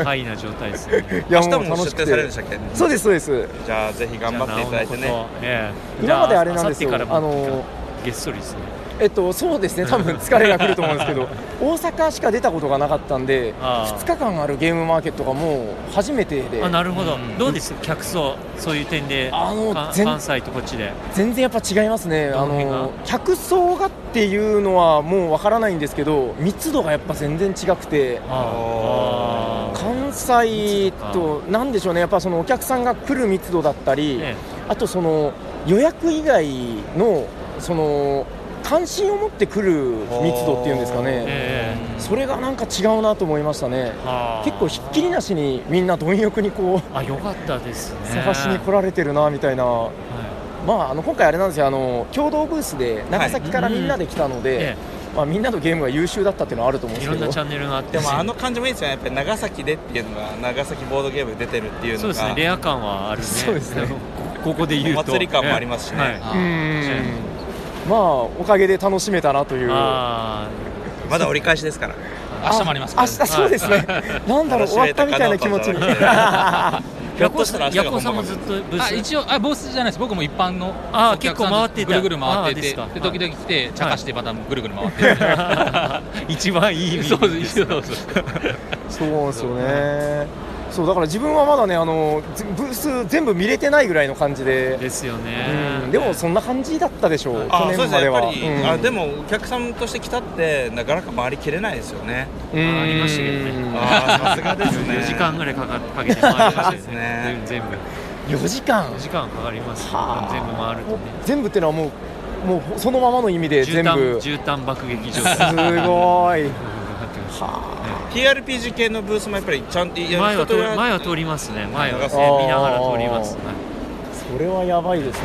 Speaker 3: あハイな状態で すね
Speaker 2: いや
Speaker 4: 明
Speaker 2: もう
Speaker 4: 日も
Speaker 2: 楽し
Speaker 4: 出
Speaker 2: く
Speaker 4: 店されるん
Speaker 2: て
Speaker 4: でしたっけ
Speaker 2: そうですそうです
Speaker 4: じゃあぜひ頑張っていただいて
Speaker 3: じゃ
Speaker 4: ね
Speaker 3: あなおのことええ
Speaker 2: 今まであれなんですよ
Speaker 3: じゃ
Speaker 2: あ
Speaker 3: あ明後日からも
Speaker 2: の
Speaker 3: げっそりですね
Speaker 2: えっと、そうですね、多分疲れが来ると思うんですけど、大阪しか出たことがなかったんで、
Speaker 3: あー
Speaker 2: 2日間あるゲームマーケットがもう初めてで
Speaker 3: あ、なるほど、
Speaker 1: うん
Speaker 3: どうです客層そういう点で
Speaker 2: あの
Speaker 3: か
Speaker 2: 全
Speaker 3: 関西とこっちで
Speaker 2: 全然やっぱ違いますね、
Speaker 3: ど
Speaker 2: あ
Speaker 3: の辺が
Speaker 2: の客層がっていうのはもうわからないんですけど、密度がやっぱ全然違くて。
Speaker 3: あー
Speaker 2: 関西と
Speaker 3: 密、
Speaker 2: なんでしょうね、やっぱそのお客さんが来る密度だったり、
Speaker 3: え
Speaker 2: あとその予約以外のその関心を持って来る密度っていうんですか
Speaker 3: え
Speaker 2: ね、
Speaker 3: ええ
Speaker 2: それがなんか違うなと思いましたね。
Speaker 3: あー
Speaker 2: 結構ひっきりなしにみんな貪欲にこう
Speaker 3: あよかったですね
Speaker 2: 探しに来られてるなみたいな、
Speaker 3: は
Speaker 2: まあ、あの今回あれなんですよあの共同ブースで長崎からみんなで来たので、
Speaker 3: いえ
Speaker 2: まあ、みんなのゲームが優秀だったっていうのはあると思うん
Speaker 3: えい
Speaker 2: ですけ
Speaker 3: ろん
Speaker 2: ど
Speaker 3: なチャンネルがあって
Speaker 4: でもあの感じもいいですよねやっぱり長崎でっていうのが長崎ボードゲームで出てるっていうのが
Speaker 3: そうですねレア感はあるね
Speaker 2: そうですね
Speaker 3: あのこここで言うと
Speaker 4: お祭り感もありますしね
Speaker 3: ええはい
Speaker 1: あー
Speaker 2: うーんまあおかげで楽しめたなという
Speaker 3: あ
Speaker 4: まだ折り返しですから
Speaker 1: 明日もありますから
Speaker 2: 明日そうですね、なんだろう終わったみたいな気持ちにあ
Speaker 3: ー
Speaker 4: ひょっとしたら明日
Speaker 3: ヤ
Speaker 4: が
Speaker 3: コ
Speaker 4: 本
Speaker 3: さん
Speaker 4: 番
Speaker 3: も
Speaker 4: か
Speaker 3: ずっ
Speaker 4: も
Speaker 3: とブー
Speaker 1: あ
Speaker 3: ス
Speaker 1: 一応あボスじゃないです僕も一般の
Speaker 3: あー
Speaker 1: お客
Speaker 3: 結構
Speaker 1: さ
Speaker 3: 回
Speaker 1: ん
Speaker 3: っ
Speaker 1: と
Speaker 3: てた
Speaker 1: ぐるぐる回っ
Speaker 3: あー
Speaker 1: て
Speaker 3: で
Speaker 1: て
Speaker 3: すか
Speaker 1: で時々来て茶化してまたぐるぐる回 って、
Speaker 3: 一番いい意味
Speaker 1: そうですそうです
Speaker 2: ーそうなんですよねそうだから自分はまだねあのずブース全部見れてないぐらいの感じで
Speaker 3: です
Speaker 2: う
Speaker 3: よね
Speaker 2: んでもそんな感じだったでしょう、
Speaker 4: あ
Speaker 2: 去
Speaker 4: そう
Speaker 2: 年
Speaker 4: ですね
Speaker 2: まで
Speaker 4: やっ
Speaker 2: は。
Speaker 4: ぱり、
Speaker 2: うん
Speaker 4: あでもお客さんとして来たってなかなか回りきれないですよね
Speaker 3: ありましたけどね
Speaker 2: うん
Speaker 4: あーさすがですね
Speaker 3: 4時間ぐらいかかかけて回りましたよ
Speaker 4: ね
Speaker 3: ね全部
Speaker 2: 4時間
Speaker 3: 4時間かかりますよ
Speaker 2: はあ
Speaker 3: 全部回るとね
Speaker 2: 全部ってのはもうもうそのままの意味で
Speaker 3: 絨
Speaker 2: 全
Speaker 3: 毯
Speaker 2: 部
Speaker 3: 絨毯爆撃
Speaker 2: す
Speaker 3: 状
Speaker 2: ごい
Speaker 3: 態
Speaker 2: は
Speaker 4: TRPG 系のブースもやっぱりちゃんとい や
Speaker 3: 前は通
Speaker 4: 人と
Speaker 3: り
Speaker 4: や
Speaker 3: 前は通りますね前は
Speaker 4: あ
Speaker 3: 見ながら通ります
Speaker 2: あ
Speaker 3: は
Speaker 2: あ
Speaker 3: い
Speaker 2: それはやばいですね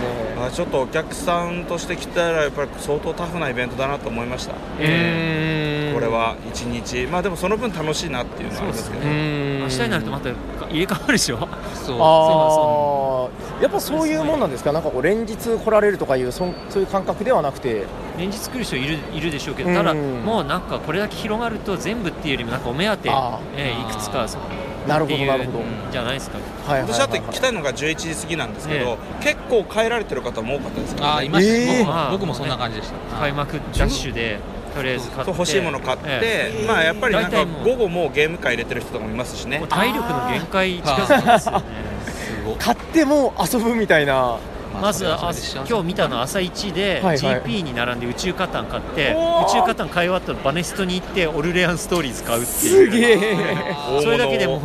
Speaker 4: あちょっとお客さんとして来たらやっぱり相当タフなイベントだなと思いました、
Speaker 3: え
Speaker 2: うーん
Speaker 4: これは一日まあでもその分楽しいなっていうのはありますけど
Speaker 2: うー
Speaker 3: え
Speaker 2: ん
Speaker 3: 明日になるとまた入れ替わるでしょ
Speaker 1: そう
Speaker 2: ああやっぱそういうもんなんですかなんかこう連日来られるとかいうそんそういう感覚ではなくて
Speaker 3: 連日来る人いるいるでしょうけ
Speaker 2: う
Speaker 3: ど
Speaker 2: ん
Speaker 3: ただもうなんかこれだけ広がると全部っていうよりもなんかお目当て
Speaker 2: あ
Speaker 3: ええいくつかそう
Speaker 2: なる
Speaker 3: っ
Speaker 2: ほ
Speaker 3: て
Speaker 2: ど
Speaker 3: い
Speaker 2: なるほど、
Speaker 3: うじゃないですか
Speaker 2: はいはいはいはい
Speaker 4: 私だって来たのが11時過ぎなんですけど、
Speaker 3: え
Speaker 4: 結構帰られてる方も多かったですから
Speaker 1: あーいました、
Speaker 2: えー
Speaker 1: 僕も僕もそんな感じでした
Speaker 3: 開幕ダッシュでとりあえず買って
Speaker 4: そう欲しいもの買って、
Speaker 3: え
Speaker 4: まあやっぱりなん
Speaker 3: 大
Speaker 4: か
Speaker 3: 体もう
Speaker 4: 午後もうゲーム会入れてる人とかもいますし
Speaker 3: え
Speaker 4: ね
Speaker 3: もう体力の限界近づきますよね
Speaker 1: すごい
Speaker 2: 買っても遊ぶみたいな
Speaker 3: まずは今日見たの朝一で
Speaker 2: はいはい
Speaker 3: GP に並んで宇宙カタン買って
Speaker 2: おー
Speaker 3: 宇宙カタン買い終わったらバネストに行ってオルレアンストーリーズ買うって
Speaker 2: す
Speaker 3: いう
Speaker 2: げえ
Speaker 1: あー
Speaker 3: それだけでもう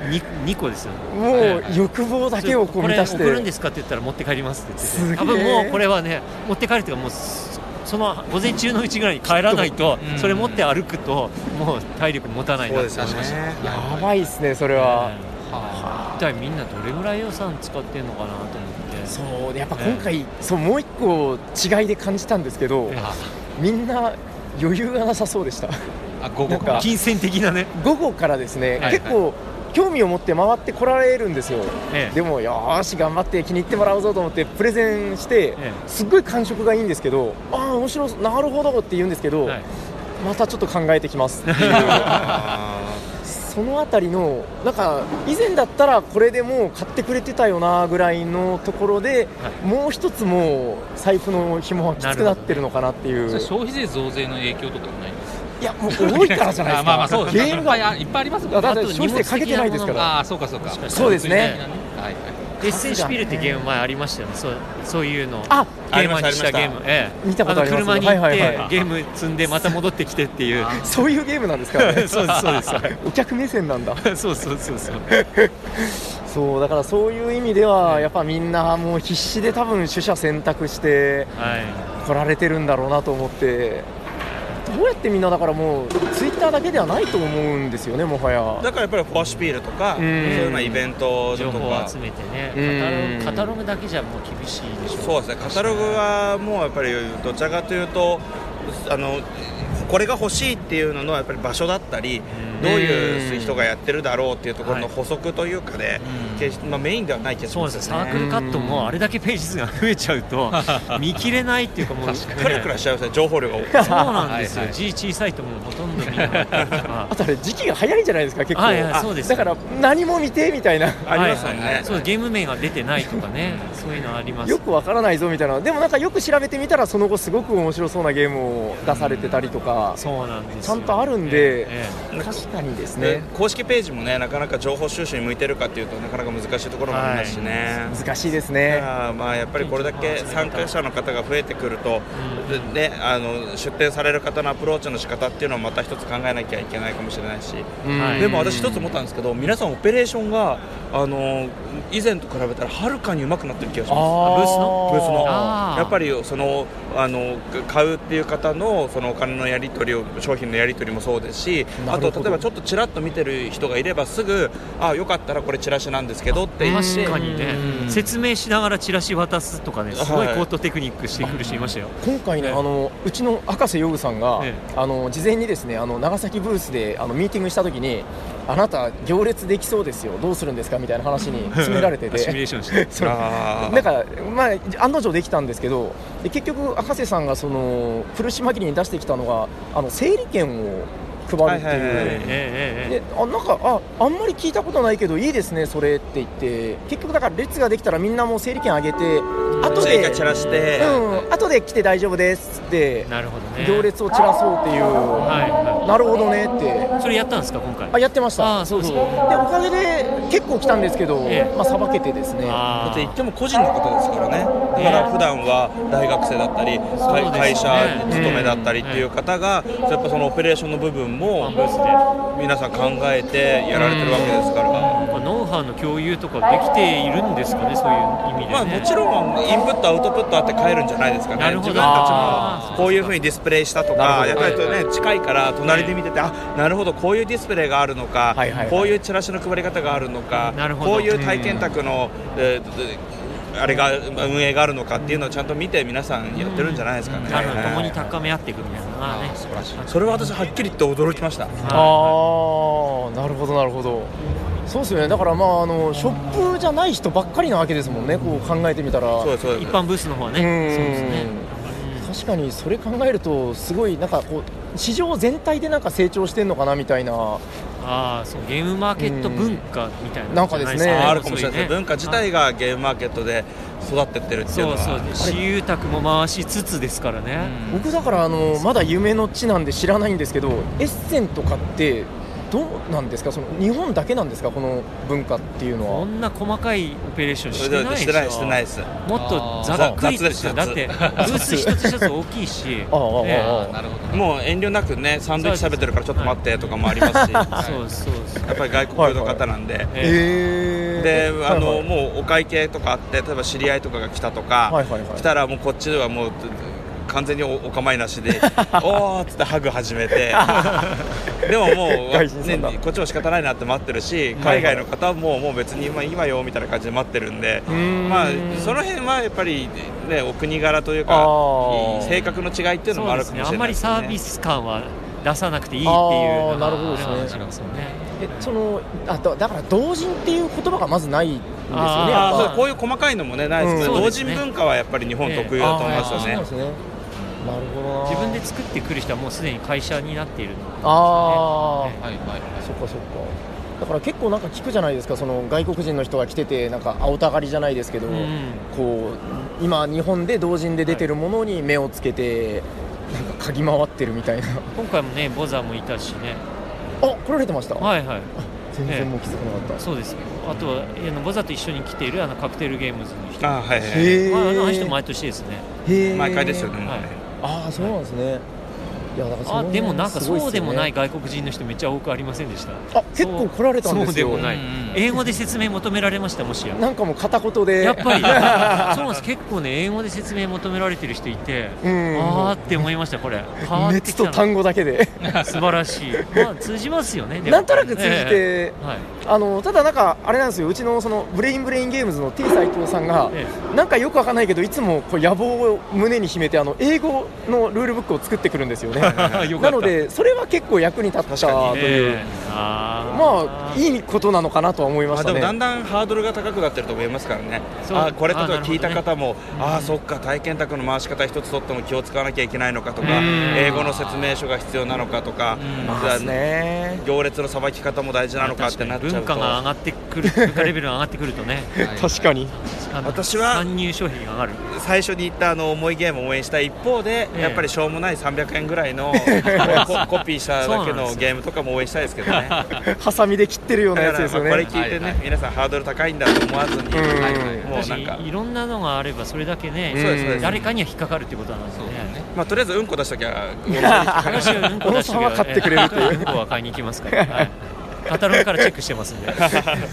Speaker 3: 2, 個ですよ
Speaker 2: もう欲望だけをこう
Speaker 3: こ
Speaker 2: 満
Speaker 3: れ
Speaker 2: たして
Speaker 3: 送るんですかって言ったら持って帰りますって言ってて
Speaker 2: す
Speaker 3: 多
Speaker 2: げえ
Speaker 3: 分もうこれはね持って帰るというかもうそその午前中のうちぐらいに帰らないと
Speaker 1: うん
Speaker 3: それ持って歩くともう体力持たない
Speaker 4: そ
Speaker 3: な
Speaker 4: う
Speaker 3: っ
Speaker 4: で
Speaker 3: て
Speaker 4: すよ
Speaker 1: 確か
Speaker 4: ね
Speaker 1: に
Speaker 2: やばいですねそれは、
Speaker 3: 一体みんなどれぐらい予算使ってんのかなと思って
Speaker 2: そうやっぱ今回、そうもう一個違いで感じたんですけど、
Speaker 3: え
Speaker 2: みんな余裕がなさそうでした
Speaker 1: あ午後
Speaker 2: なん
Speaker 1: か
Speaker 2: か
Speaker 1: な
Speaker 3: え金銭的なね
Speaker 2: 午後からですね、
Speaker 3: はいはい
Speaker 2: 結構興味を持って回ってこられるんですよ
Speaker 3: ええ
Speaker 2: でもよーし頑張って気に入ってもらうぞと思ってプレゼンして、
Speaker 3: え
Speaker 2: すっごい感触がいいんですけどああ面白そうなるほどって言うんですけど、
Speaker 3: はい
Speaker 2: またちょっと考えてきますっていう
Speaker 4: あ
Speaker 2: そのあたりのなんか以前だったらこれでもう買ってくれてたよなぐらいのところで、
Speaker 3: はい
Speaker 2: もう一つもう財布の紐はきつくなってるのかなっていう、
Speaker 1: それ消費税増税の影響とかもないんですか
Speaker 2: いやもう多いからじゃない です
Speaker 1: あまあまあそう
Speaker 2: か
Speaker 1: です
Speaker 2: ゲ
Speaker 1: ねい
Speaker 2: ーム
Speaker 1: っぱい
Speaker 2: が
Speaker 1: あいっぱいありますもん
Speaker 2: だ
Speaker 1: ね
Speaker 2: って消費税かけてないですから
Speaker 1: ああそうかそうか
Speaker 3: もしかした
Speaker 2: そ
Speaker 3: ら
Speaker 2: うですね
Speaker 1: はいはい
Speaker 3: エッセンシュピールってゲーム前ありましたよね、そうそういうの、
Speaker 2: あ
Speaker 3: ゲーマーにしたゲーム、ええ、
Speaker 2: 見たことあります
Speaker 3: の車に行っ
Speaker 2: はいはい
Speaker 3: て
Speaker 2: は、い
Speaker 3: ゲーム積んで、また戻ってきてっていう、
Speaker 2: そういうゲームなんですか
Speaker 3: そう
Speaker 2: ら
Speaker 3: で
Speaker 2: ね
Speaker 3: す、 そうです、はい
Speaker 2: お客目線なんだ
Speaker 3: そうそうそうそう、
Speaker 2: そうだからそういう意味ではやっぱみんなもう必死で多分取捨選択して
Speaker 3: は
Speaker 2: 来られてるんだろうなと思ってどうやってみんなだからもうツイッターだけではないと思うんですよねもはや
Speaker 4: だからやっぱりフォアシュピールとか、
Speaker 2: うん
Speaker 4: そういうまあイベント
Speaker 3: い、情
Speaker 4: と
Speaker 3: 報
Speaker 4: か
Speaker 3: を集めてね
Speaker 2: う
Speaker 3: カタロ
Speaker 2: ん
Speaker 3: グ、カタログだけじゃもう厳しいでしょ
Speaker 4: そうですね、カタログはもうやっぱりどちらかというとあのこれが欲しいっていうののやっぱり場所だったり
Speaker 3: うん
Speaker 4: どう
Speaker 2: う
Speaker 4: い
Speaker 2: ん
Speaker 4: う人がやってるだろうっていうところ
Speaker 3: は
Speaker 4: の
Speaker 3: い
Speaker 4: 補足というかで、決してまあ、メインではない気がし
Speaker 3: そう
Speaker 4: ま
Speaker 3: ですす
Speaker 4: よ
Speaker 3: ね
Speaker 4: ね
Speaker 3: サークルカットもあれだけページ数が増えちゃう と見切れないっていうかもう
Speaker 4: くらくらしちゃいますね情報 量が多い
Speaker 3: そうなんですよ
Speaker 1: はいはい
Speaker 3: G 小さいともうほとんど見 なかったりとか
Speaker 2: あとあれ時期が早いんじゃないですか結構、
Speaker 3: はいはいそうです
Speaker 2: だから何も見てみたいな
Speaker 4: ありますよね、
Speaker 3: はいはいそうゲーム名が出てないとかねそういうのあります
Speaker 2: よくわからないぞみたいなでもなんかよく調べてみたらその後すごく面白そうなゲームを出されてたりとか、
Speaker 3: そうなんです
Speaker 2: ちゃ
Speaker 3: よ
Speaker 2: んとあるんで
Speaker 3: えええ
Speaker 2: 確かにです
Speaker 4: で
Speaker 2: ね
Speaker 4: 公式ページもねなかなか情報収集に向いてるかっていうとなかなか難しいところもありますしね、
Speaker 2: 難しいです
Speaker 4: だ
Speaker 2: ね
Speaker 4: からまあやっぱりこれだけ参加者の方が増えてくると、でね、あの出店される方のアプローチの仕方っていうのはまた一つ考えなきゃいけないかもしれないし、
Speaker 3: はい
Speaker 4: でも私一つ思ったんですけど皆さんオペレーションがあの以前と比べたらはるかに上手くなってる気がし
Speaker 3: ブー
Speaker 4: ます
Speaker 3: スの
Speaker 4: ブースの
Speaker 3: あー
Speaker 4: やっぱりそのあの買うっていう方のそのお金のやり取りを商品のやり取りもそうですし
Speaker 2: な
Speaker 4: あ
Speaker 2: るほど
Speaker 4: と例えばちょっとちらっと見てる人がいればすぐあよかったらこれチラシなんですけどって言 っ
Speaker 3: 確
Speaker 4: て
Speaker 3: かにね
Speaker 2: うん
Speaker 3: 説明しながらチラシ渡すとかねすごい
Speaker 4: はい
Speaker 3: コートテクニックしてくる人いましたよ
Speaker 2: 今回ね、
Speaker 3: ええ
Speaker 2: あのうちの赤瀬ヨグさんが、
Speaker 3: え
Speaker 2: あの事前にですねあの長崎ブースであのミーティングしたときに、あなた、行列できそうですよ、どうするんですかみたいな話に詰められて
Speaker 3: シミ
Speaker 2: て、
Speaker 3: ュレーションして
Speaker 2: そう
Speaker 4: あー
Speaker 2: なんか、まあ、案の定できたんですけど、で結局、赤瀬さんがその苦し紛れに出してきたのが、あの整理券を配るっていう。
Speaker 4: はいはいは
Speaker 3: え
Speaker 4: い
Speaker 3: えええええ
Speaker 2: であなんかああんまり聞いたことないけどいいですね、それって言って結局、だから列ができたらみんなもう整理券あげて後
Speaker 4: 追加
Speaker 2: で
Speaker 4: チラシで、
Speaker 2: うん、後で来て大丈夫ですって、
Speaker 3: なるほどね
Speaker 2: 行列を散らそうっていう、
Speaker 3: はいは
Speaker 2: なるほどねって、
Speaker 3: いそれやったんですか今回
Speaker 2: あやってました、
Speaker 3: あーそうですか
Speaker 2: でおかげで結構来たんですけど、
Speaker 3: ええ
Speaker 2: まあさばけてですね、
Speaker 3: あー
Speaker 4: だって言っても個人の方ですからね、
Speaker 3: ええ
Speaker 4: だから普段は大学生だったり、
Speaker 3: そうですね
Speaker 4: 会会社に勤めだったりっていう方が、やっぱそのオペレーションの部分
Speaker 3: ワ
Speaker 4: も
Speaker 3: ンブースで
Speaker 4: 皆さん考えてやられてるわけですから、
Speaker 3: まあノウハウの共有とかできているんですかね、そういう意味で、ね。
Speaker 4: まあ、もちろんインプット、アウトプットあって帰るんじゃないですかね、
Speaker 3: なる
Speaker 4: 自
Speaker 3: ほど
Speaker 4: 分たち
Speaker 3: あー
Speaker 4: もこういうふうにディスプレイしたとか、
Speaker 2: な
Speaker 4: や
Speaker 2: る
Speaker 4: っ
Speaker 2: ほど
Speaker 4: ぱりね、近いから隣で見てて、あなるほど、こういうディスプレイがあるのか
Speaker 2: はいはいはい、
Speaker 4: こういうチラシの配り方があるのか
Speaker 3: なる、ほど
Speaker 4: こういう体験宅の、えーあれが運営があるのかっていうのをちゃんと見て皆さんやってるんじゃないですかね。
Speaker 3: なるほど、
Speaker 4: はい
Speaker 3: 共に高め合っていくみたいなのがね。素晴らしい。
Speaker 4: それは私はっきり言って驚きました。
Speaker 2: あーなるほど、なるほど。そうですよねだからまああのショップじゃない人ばっかりなわけですもんね、こう考えてみたら。
Speaker 4: そうですそうです
Speaker 3: 一般ブースの方はね。
Speaker 2: うん
Speaker 3: そうですね。
Speaker 2: 確かにそれ考えると、すごいなんかこう、市場全体でなんか成長してんのかなみたいな、
Speaker 3: ああ、そうゲームマーケット文化みたいな。
Speaker 2: なんかですね
Speaker 3: じゃ
Speaker 4: あ
Speaker 3: い
Speaker 4: るかもしれないです
Speaker 3: そう
Speaker 4: ね。
Speaker 3: うね
Speaker 4: 文化自体がゲームマーケットで育ってってるっていうの
Speaker 3: そう
Speaker 4: は。
Speaker 3: そう、私有宅も回しつつですからね。
Speaker 2: 僕だからあのまだ夢の地なんで知らないんですけどエッセンとかってどうなんですかその日本だけなんですかこの文化っていうの
Speaker 3: こ
Speaker 2: は
Speaker 3: んな細かいオペレーションし
Speaker 4: そ
Speaker 3: てな
Speaker 4: れ
Speaker 3: いで
Speaker 4: で
Speaker 3: しょ
Speaker 4: してないしてないです。
Speaker 3: もっとざっくりとして
Speaker 4: あー
Speaker 3: だってブース一つ一つ大きいし
Speaker 2: ああああ
Speaker 3: ね
Speaker 2: ああ
Speaker 1: なるほどね
Speaker 4: もう遠慮なくねサンドイッチ食べてるからちょっと待ってとかもありますし、や
Speaker 3: そうそうそう
Speaker 4: っぱり外国の方なんで。
Speaker 3: ええ
Speaker 2: えー
Speaker 4: であ
Speaker 2: はい
Speaker 4: の
Speaker 2: はい
Speaker 4: もうお会計とかあって例えば知り合いとかが来たと
Speaker 2: は
Speaker 4: か
Speaker 2: いはいはい
Speaker 4: 来たらもうこっちではもう完全におお構いな しでおーっつってハグ始めてでもも
Speaker 2: 外人
Speaker 4: う、
Speaker 2: さんだ
Speaker 4: ね、こっちも仕方ないなって待ってるし海外の方はもうもう別に今今よみたいな感じで待ってるんで
Speaker 2: うーん
Speaker 4: まあその辺はやっぱりねお国柄という
Speaker 2: あ
Speaker 4: か
Speaker 2: ー
Speaker 4: 性格の違いっていうのも
Speaker 3: そ
Speaker 4: あ
Speaker 3: うで
Speaker 4: る
Speaker 3: す
Speaker 4: か
Speaker 3: ね
Speaker 4: も
Speaker 3: あ
Speaker 4: し
Speaker 3: ん
Speaker 4: れ
Speaker 3: まり
Speaker 4: ないです
Speaker 3: サービ
Speaker 4: ね。
Speaker 3: ス感は出さなくていいっていう
Speaker 2: あー
Speaker 3: の
Speaker 2: な
Speaker 3: が
Speaker 2: るほどですね
Speaker 3: ありますよね
Speaker 2: えそのあだだから同人っていう言葉がまずないんですよね
Speaker 3: あ
Speaker 4: あ
Speaker 3: ー
Speaker 4: ー
Speaker 2: や
Speaker 4: そう
Speaker 2: っ
Speaker 4: こういう細かいのもねないですけど、
Speaker 3: うん
Speaker 4: 同人文化はやっぱり日本特有
Speaker 2: ぱ
Speaker 4: だと思いますよ
Speaker 2: あー
Speaker 4: ね
Speaker 2: そう。ですねなるほどな
Speaker 3: 自分で作ってくる人はもうすでに会社になっているので
Speaker 2: ああ、
Speaker 3: ね
Speaker 1: はいはいはい
Speaker 2: そっかそっかだから結構なんか聞くじゃないですかその外国人の人が来ててなんか青たがりじゃないですけど、
Speaker 3: うん
Speaker 2: こう今日本で同人で出てるものに目をつけて、なんか嗅ぎ回ってるみたいな
Speaker 3: 今回もねボザーもいたしね
Speaker 2: あ来られてました、
Speaker 3: はいはい
Speaker 2: そう全然もう気づかなかった、
Speaker 3: そうですあとはあのわざと一緒に来ているあのカクテルゲームズの人、
Speaker 4: あはいはいはい
Speaker 2: へえ
Speaker 3: まあ、あの人毎年ですね
Speaker 2: へえ
Speaker 4: 毎回ですよね、もうね
Speaker 3: はい
Speaker 2: ああそうなんですね、い、やだからその
Speaker 3: あ
Speaker 2: 辺
Speaker 3: でもなんか
Speaker 2: すごいっす
Speaker 3: そ
Speaker 2: ね
Speaker 3: うでもない外国人の人めっちゃ多くありませんでした
Speaker 2: あ結構来られたんですよ
Speaker 3: そうでもない、
Speaker 1: うんうん
Speaker 3: 英語で説明求められましたもしや
Speaker 2: なんかもう片言で
Speaker 3: やっ ぱりそうなんです結構ね英語で説明求められてる人いて、
Speaker 2: うん
Speaker 3: あーって思いましたこれはーって
Speaker 2: 熱
Speaker 3: きた
Speaker 2: と
Speaker 3: な
Speaker 2: 単語だけで
Speaker 3: 素晴らしいまあ通じますよねでも
Speaker 2: なんとなく通じて
Speaker 3: ええはい
Speaker 2: あのただなんかあれなんですようちのそのブレインブレインゲームズの T 斎藤さんが、
Speaker 3: え
Speaker 2: なんかよくわかんないけどいつもこう野望を胸に秘めてあの英語のルールブックを作ってくるんですよね
Speaker 3: え よか
Speaker 2: な
Speaker 3: った
Speaker 2: のでそれは結構役に立ったという、
Speaker 3: ええあ
Speaker 2: まあ
Speaker 3: ー
Speaker 2: いいことなのかなとは思いま
Speaker 4: ま
Speaker 2: し
Speaker 4: あ、
Speaker 2: た
Speaker 4: でも
Speaker 2: ね
Speaker 4: だんだんハードルが高くなってると思いますからね、
Speaker 3: そう
Speaker 4: あーこれ例え
Speaker 3: あーなる
Speaker 4: ば
Speaker 3: ほど
Speaker 4: 聞
Speaker 3: ね
Speaker 4: いた方も、ああ、そっか、体験宅の回し方一つとっても気を使わなきゃいけないのかとか、
Speaker 1: うん
Speaker 4: 英語の説明書が必要なのかとか、
Speaker 1: うん
Speaker 4: じ
Speaker 2: ま
Speaker 4: ゃあ
Speaker 2: あね
Speaker 4: 行列のさばき方も大事なのかってなっちゃうと、
Speaker 3: 文化が上がってくる文化レベルが上がってくるとね
Speaker 2: 確かに
Speaker 3: あの
Speaker 4: 私は
Speaker 3: 参入消費が上がる
Speaker 4: 最初に言ったあの重いゲームを応援した一方で、
Speaker 3: ええ
Speaker 4: やっぱりしょうもない300円ぐらいのココピーしただけのゲームとかも応援したいですけどね。だか
Speaker 2: ハサミで切ってるようなや
Speaker 4: ら
Speaker 2: つ
Speaker 4: ま
Speaker 2: で
Speaker 4: あ
Speaker 2: す
Speaker 4: こ
Speaker 2: よね
Speaker 4: れ聞
Speaker 1: は
Speaker 4: いて
Speaker 1: い
Speaker 4: ね
Speaker 1: はい
Speaker 4: 皆さんハードル高いんだと思わずに、
Speaker 2: うん
Speaker 4: はいはいもうなんか
Speaker 3: 確かにいろんなのがあればそれだけね、
Speaker 2: うん
Speaker 4: そうですそうです
Speaker 3: 誰かには引っかかるってことなんです
Speaker 1: そ
Speaker 3: よ
Speaker 1: うだ
Speaker 3: ね
Speaker 1: ね。
Speaker 4: まあとりあえずうんこ出しときゃ
Speaker 3: 話はうんこ出して
Speaker 2: 小野さんは買ってくれる っていう
Speaker 3: うんこは買いに行きますから、はい、カタログからチェックしてますんで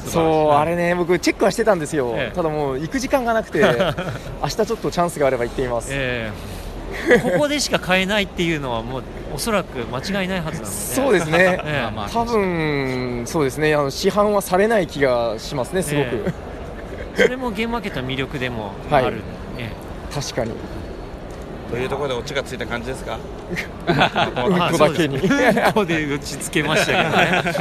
Speaker 2: そうあれね僕チェックはしてたんですよ、
Speaker 3: ええ
Speaker 2: ただもう行く時間がな くて明日ちょっとチャンスがあれば行ってみます、
Speaker 3: ええここでしか買えないっていうのはもうおそらく間違いないはずなので
Speaker 2: そうですね
Speaker 3: ええ
Speaker 1: まあまあ
Speaker 2: 多分そうですねあの市販はされない気がしますねすごく、
Speaker 3: えそれもゲームマーケットの魅力でもあ
Speaker 2: はい
Speaker 3: る、え
Speaker 2: 確かに
Speaker 4: というところでオチがついた感じですか。
Speaker 3: え
Speaker 2: うんこだけに
Speaker 3: あそうですうんこで打ちつけましたけどね、はいはい
Speaker 2: そうで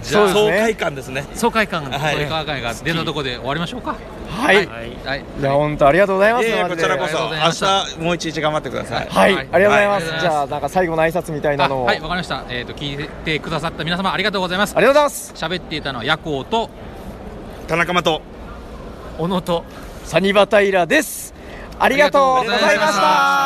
Speaker 2: すね
Speaker 4: 爽快感ですね。
Speaker 3: 爽快感が、
Speaker 4: はい
Speaker 1: これからが出たとこで終わりましょうか。
Speaker 2: はい、
Speaker 1: はい
Speaker 3: はい
Speaker 1: はい。
Speaker 2: いや本当ありがとうございます、
Speaker 4: いえいえ
Speaker 2: マ
Speaker 4: こ
Speaker 2: ジ
Speaker 4: ち
Speaker 2: で
Speaker 4: らこ
Speaker 1: ありがとうございまし
Speaker 4: そ
Speaker 1: た
Speaker 4: 明日もう一日頑張ってください。
Speaker 2: はい、
Speaker 1: はい
Speaker 2: ありがとうございます、
Speaker 1: はい
Speaker 2: じゃあなんか最後の挨拶みたいな
Speaker 1: あ
Speaker 2: のを、
Speaker 1: はい、
Speaker 2: あ
Speaker 1: わかりました。えっ、と聞いてくださった皆様ありがとうございます。
Speaker 2: りがとうございます
Speaker 1: 喋っていたのは夜行と
Speaker 4: 田中間と。
Speaker 3: 小野と
Speaker 2: サニバタイラですありがとうございま
Speaker 1: ありがとうございま
Speaker 2: し
Speaker 1: した